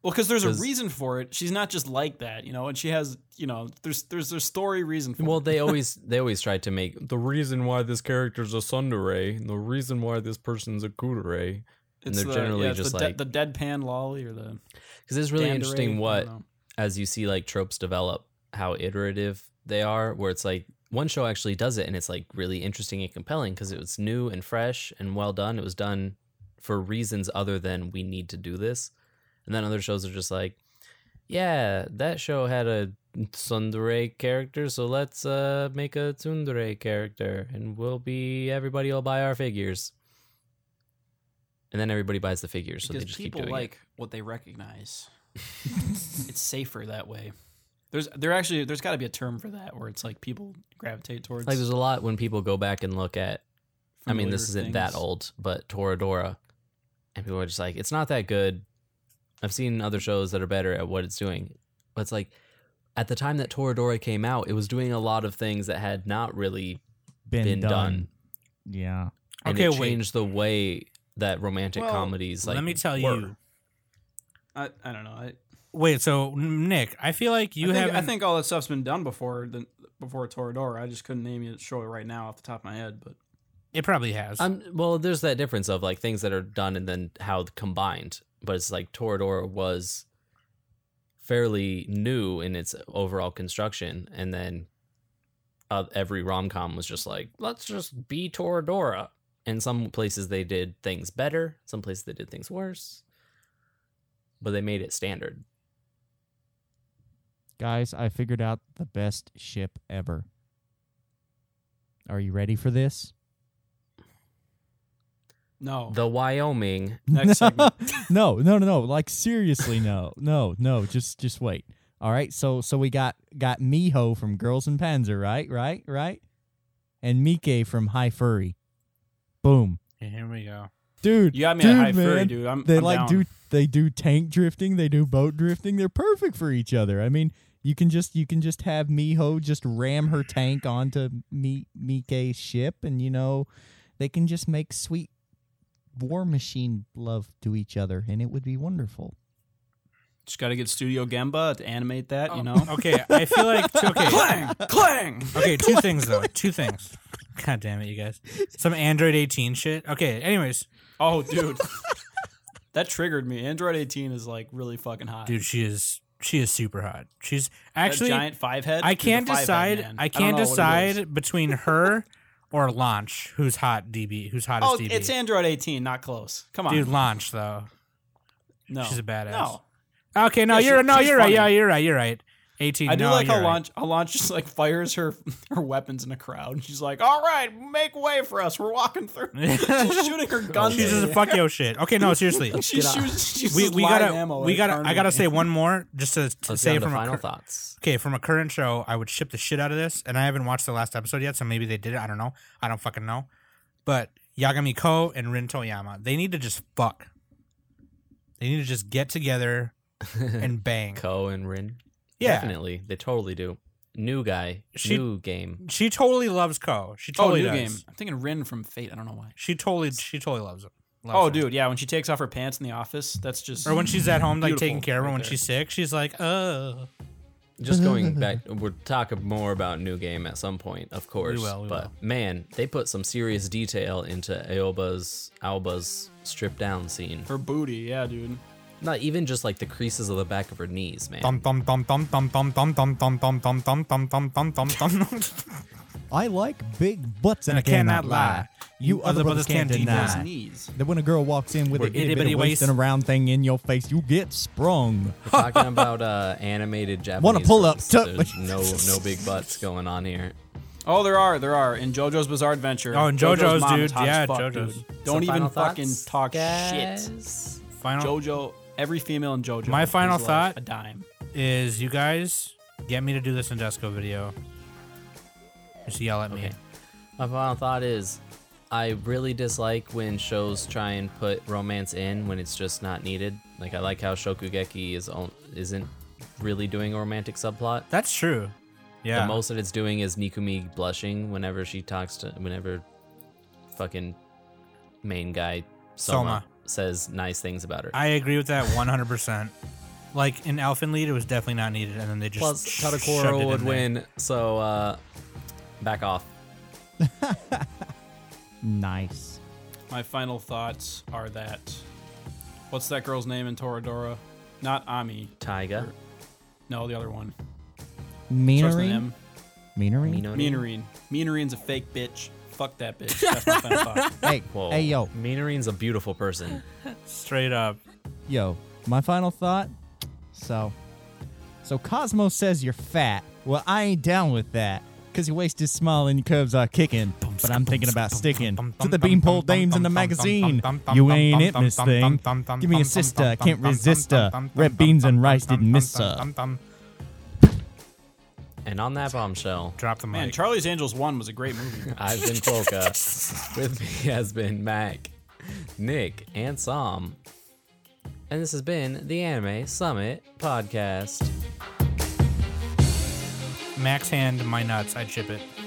Speaker 5: Well, because there's a
Speaker 1: 'Cause-
Speaker 5: reason for it. She's not just like that, you know. And she has, you know, there's there's there's story reason for
Speaker 1: Well,
Speaker 5: it.
Speaker 1: they always they always try to make the reason why this character's a Sundere, and the reason why this person's a Kudere. and they're generally
Speaker 5: it's
Speaker 1: just
Speaker 5: the
Speaker 1: like-
Speaker 5: the deadpan lolly or the
Speaker 1: Because it's really
Speaker 5: dandere,
Speaker 1: interesting
Speaker 5: I
Speaker 1: what
Speaker 5: don't know.
Speaker 1: as you see like tropes develop, how iterative they are, where it's like one show actually does it and it's like really interesting and compelling because it was new and fresh and well done. It was done for reasons other than we need to do this. And then other shows are just like, yeah, that show had a tsundere character, so let's uh, make a tsundere character and we'll be everybody will buy our figures. And then everybody buys the figures, so they
Speaker 5: because
Speaker 1: just keep
Speaker 5: people
Speaker 1: doing
Speaker 5: like
Speaker 1: it.
Speaker 5: what they recognize. it's safer that way. There's there actually there's got to be a term for that where it's like people gravitate towards.
Speaker 1: Like there's a lot when people go back and look at I mean,
Speaker 5: familiar
Speaker 1: this isn't that
Speaker 5: things.
Speaker 1: old, but Toradora. And people are just like, it's not that good. I've seen other shows that are better at what it's doing. But it's like, at the time that Toradora came out, it was doing a lot of things that had not really.
Speaker 4: Been,
Speaker 1: Been
Speaker 4: done.
Speaker 1: done.
Speaker 4: Yeah.
Speaker 1: And
Speaker 3: Okay,
Speaker 1: it
Speaker 3: wait.
Speaker 1: changed the way that romantic
Speaker 5: Well,
Speaker 1: comedies like.
Speaker 3: Let me tell
Speaker 1: were.
Speaker 3: you.
Speaker 5: I, I don't know. I,
Speaker 3: Wait, so Nick, I feel like you
Speaker 5: I think,
Speaker 3: haven't.
Speaker 5: I think all that stuff's been done before than before Toradora. I just couldn't name you a show right now off the top of my head, but
Speaker 3: it probably has.
Speaker 1: Um, well, there's that difference of like things that are done and then how combined. But it's like Toradora was fairly new in its overall construction, and then uh, every rom com was just like, let's just be Toradora. And some places they did things better, some places they did things worse, but they made it standard.
Speaker 4: Guys, I figured out the best ship ever. Are you ready for this?
Speaker 5: no.
Speaker 1: The Wyoming,
Speaker 5: Next segment.
Speaker 4: no, no, no, no. Like seriously, no, no, no. Just, just wait. All right. So, so we got got Miho from Girls and Panzer, right, right, right, and Mike from High Furry. Boom,
Speaker 3: Here we go.
Speaker 4: dude.
Speaker 5: You got me
Speaker 4: dude,
Speaker 5: a high furry,
Speaker 4: man.
Speaker 5: dude. I'm,
Speaker 4: They
Speaker 5: I'm
Speaker 4: like
Speaker 5: down.
Speaker 4: do they do tank drifting, they do boat drifting. They're perfect for each other. I mean, you can just you can just have Miho just ram her tank onto Mi- Mike's ship, and you know they can just make sweet war machine love to each other, and it would be wonderful.
Speaker 5: Just got to get Studio Gemba to animate that, you know?
Speaker 3: Okay, I feel like okay,
Speaker 5: Oh. clang! Clang!
Speaker 3: okay. Two things though. Two things. God damn it, you guys. Some Android 18 shit. Okay. Anyways,
Speaker 5: Oh, dude. that triggered me. Android 18 is like really fucking hot.
Speaker 3: dude, she is she is super hot. She's
Speaker 5: That
Speaker 3: actually.
Speaker 5: giant five head.
Speaker 3: I
Speaker 5: She's a
Speaker 3: can't
Speaker 5: five head,
Speaker 3: decide.
Speaker 5: man.
Speaker 3: I
Speaker 5: don't
Speaker 3: can't
Speaker 5: know what it is.
Speaker 3: decide between her or Launch, who's hot DB, who's hottest
Speaker 5: Oh,
Speaker 3: DB.
Speaker 5: it's Android 18, not close. Come on,
Speaker 3: Dude, Launch though.
Speaker 5: no,
Speaker 3: She's a badass.
Speaker 5: No,
Speaker 3: Okay, no,
Speaker 5: Yeah,
Speaker 3: you're
Speaker 5: she-
Speaker 3: no,
Speaker 5: she's
Speaker 3: you're right.
Speaker 5: funny.
Speaker 3: Yeah, you're right. You're right. 18.
Speaker 5: I do
Speaker 3: no,
Speaker 5: like
Speaker 3: you're
Speaker 5: how
Speaker 3: right.
Speaker 5: launch. How launch just like fires her her weapons in a crowd. and She's like, "All right, make way for us. We're walking through." She's shooting her guns.
Speaker 3: She's just a fuck yo shit. Okay, no, seriously.
Speaker 5: She shoots. She
Speaker 3: we
Speaker 5: uses
Speaker 3: we
Speaker 5: live
Speaker 3: gotta
Speaker 5: ammo
Speaker 3: we
Speaker 5: at
Speaker 3: gotta I
Speaker 5: Carnage.
Speaker 3: gotta say one more just to, to
Speaker 1: let's
Speaker 3: say
Speaker 1: say
Speaker 3: from
Speaker 1: the
Speaker 3: a
Speaker 1: final
Speaker 3: cur-
Speaker 1: thoughts.
Speaker 3: okay from a current show I would ship the shit out of this and I haven't watched the last episode yet so maybe they did it I don't know I don't fucking know but Yagami Ko and Rin Toyama they need to just fuck they need to just get together and bang
Speaker 1: Ko and Rin,
Speaker 3: yeah
Speaker 1: definitely, they totally do. New guy,
Speaker 3: She-
Speaker 1: new game.
Speaker 3: she totally loves Ko she
Speaker 5: Oh,
Speaker 3: totally
Speaker 5: new
Speaker 3: does.
Speaker 5: game. I'm thinking Rin from Fate. I don't know why.
Speaker 3: she totally she totally loves him Loves
Speaker 5: Oh,
Speaker 3: him.
Speaker 5: dude, yeah. When she takes off her pants in the office, that's just.
Speaker 3: or when she's at home like
Speaker 5: Beautiful
Speaker 3: taking care of her
Speaker 5: right
Speaker 3: when
Speaker 5: there.
Speaker 3: she's sick she's like oh
Speaker 1: just going back, we'll talk more about New Game at some point, of course.
Speaker 3: We will, we
Speaker 1: but man, they put some serious detail into Aoba's Alba's stripped down scene.
Speaker 5: her booty, yeah, dude.
Speaker 1: Not even just like the creases of the back of her knees, man.
Speaker 3: dum dum dum dum dum dum dum dum dum dum dum dum dum dum dum dum dum
Speaker 4: I like big butts, and,
Speaker 3: And
Speaker 4: I
Speaker 3: I
Speaker 4: cannot,
Speaker 3: cannot
Speaker 4: lie.
Speaker 3: lie.
Speaker 4: You other brothers can't
Speaker 3: Nah.
Speaker 5: Those
Speaker 4: deny
Speaker 5: knees.
Speaker 4: that when a girl walks in with
Speaker 3: Or
Speaker 4: an itty bitty waist and a round thing in your face, you get sprung.
Speaker 1: We're talking about uh, animated Japanese.
Speaker 4: pull up,
Speaker 1: films.
Speaker 4: tuck-
Speaker 1: There's no no big butts going on here.
Speaker 5: Oh, there are, there are. In JoJo's Bizarre Adventure.
Speaker 3: Oh, in JoJo's,
Speaker 5: mom
Speaker 3: dude.
Speaker 5: is hot
Speaker 3: Yeah,
Speaker 5: as fuck,
Speaker 3: JoJo's.
Speaker 5: dude. Don't
Speaker 1: Some
Speaker 5: even
Speaker 1: final
Speaker 5: fucking
Speaker 1: thoughts,
Speaker 5: talk shit.
Speaker 1: guys?
Speaker 3: Final
Speaker 5: JoJo, every female in JoJo.
Speaker 3: My
Speaker 5: is
Speaker 3: final
Speaker 5: like
Speaker 3: thought-
Speaker 5: a dime.
Speaker 3: is you guys get me to do this Indesco video. Just yell at me.
Speaker 1: Okay. My final thought is I really dislike when shows try and put romance in when it's just not needed. Like I like how Shokugeki is on, isn't really doing a romantic subplot.
Speaker 3: That's true. Yeah.
Speaker 1: The most that it's doing is Nikumi blushing whenever she talks to whenever fucking main guy Soma,
Speaker 3: Soma.
Speaker 1: says nice things about her.
Speaker 3: I agree with that 100%. like in Elfin Lead, it was definitely not needed, and then they just
Speaker 1: Plus
Speaker 3: sh- shoved it
Speaker 1: Tadakoro
Speaker 3: in
Speaker 1: would
Speaker 3: there.
Speaker 1: win, so uh back off.
Speaker 4: Nice.
Speaker 5: My final thoughts are that. What's that girl's name in Toradora? Not Ami.
Speaker 1: Taiga.
Speaker 5: No, the other one. Starts with an
Speaker 4: Meanery?
Speaker 5: M.
Speaker 4: Meanery?
Speaker 1: Minori?
Speaker 5: Meanerine. Meanerine's a fake bitch. Fuck that bitch. That's my final thought.
Speaker 4: Hey,
Speaker 1: Whoa.
Speaker 4: hey, yo,
Speaker 1: Minorine's a beautiful person.
Speaker 3: Straight up.
Speaker 4: yo. My final thought. So, so Cosmo says you're fat. Well, I ain't down with that. Cause your waist is small and your curves are kicking. But I'm thinking about sticking to the beanpole dames in the magazine. You ain't it, Miss Thing. Give me a sister, can't resist her. Red beans and rice didn't miss her.
Speaker 1: And on that bombshell,
Speaker 3: Drop the
Speaker 5: Man,
Speaker 3: mic.
Speaker 5: Charlie's Angels 1 was a great movie.
Speaker 1: I've been Quokka. With me has been Mac, Nick, and Sam. And this has been the Anime Summit Podcast.
Speaker 3: Max hand my nuts. I'd ship it.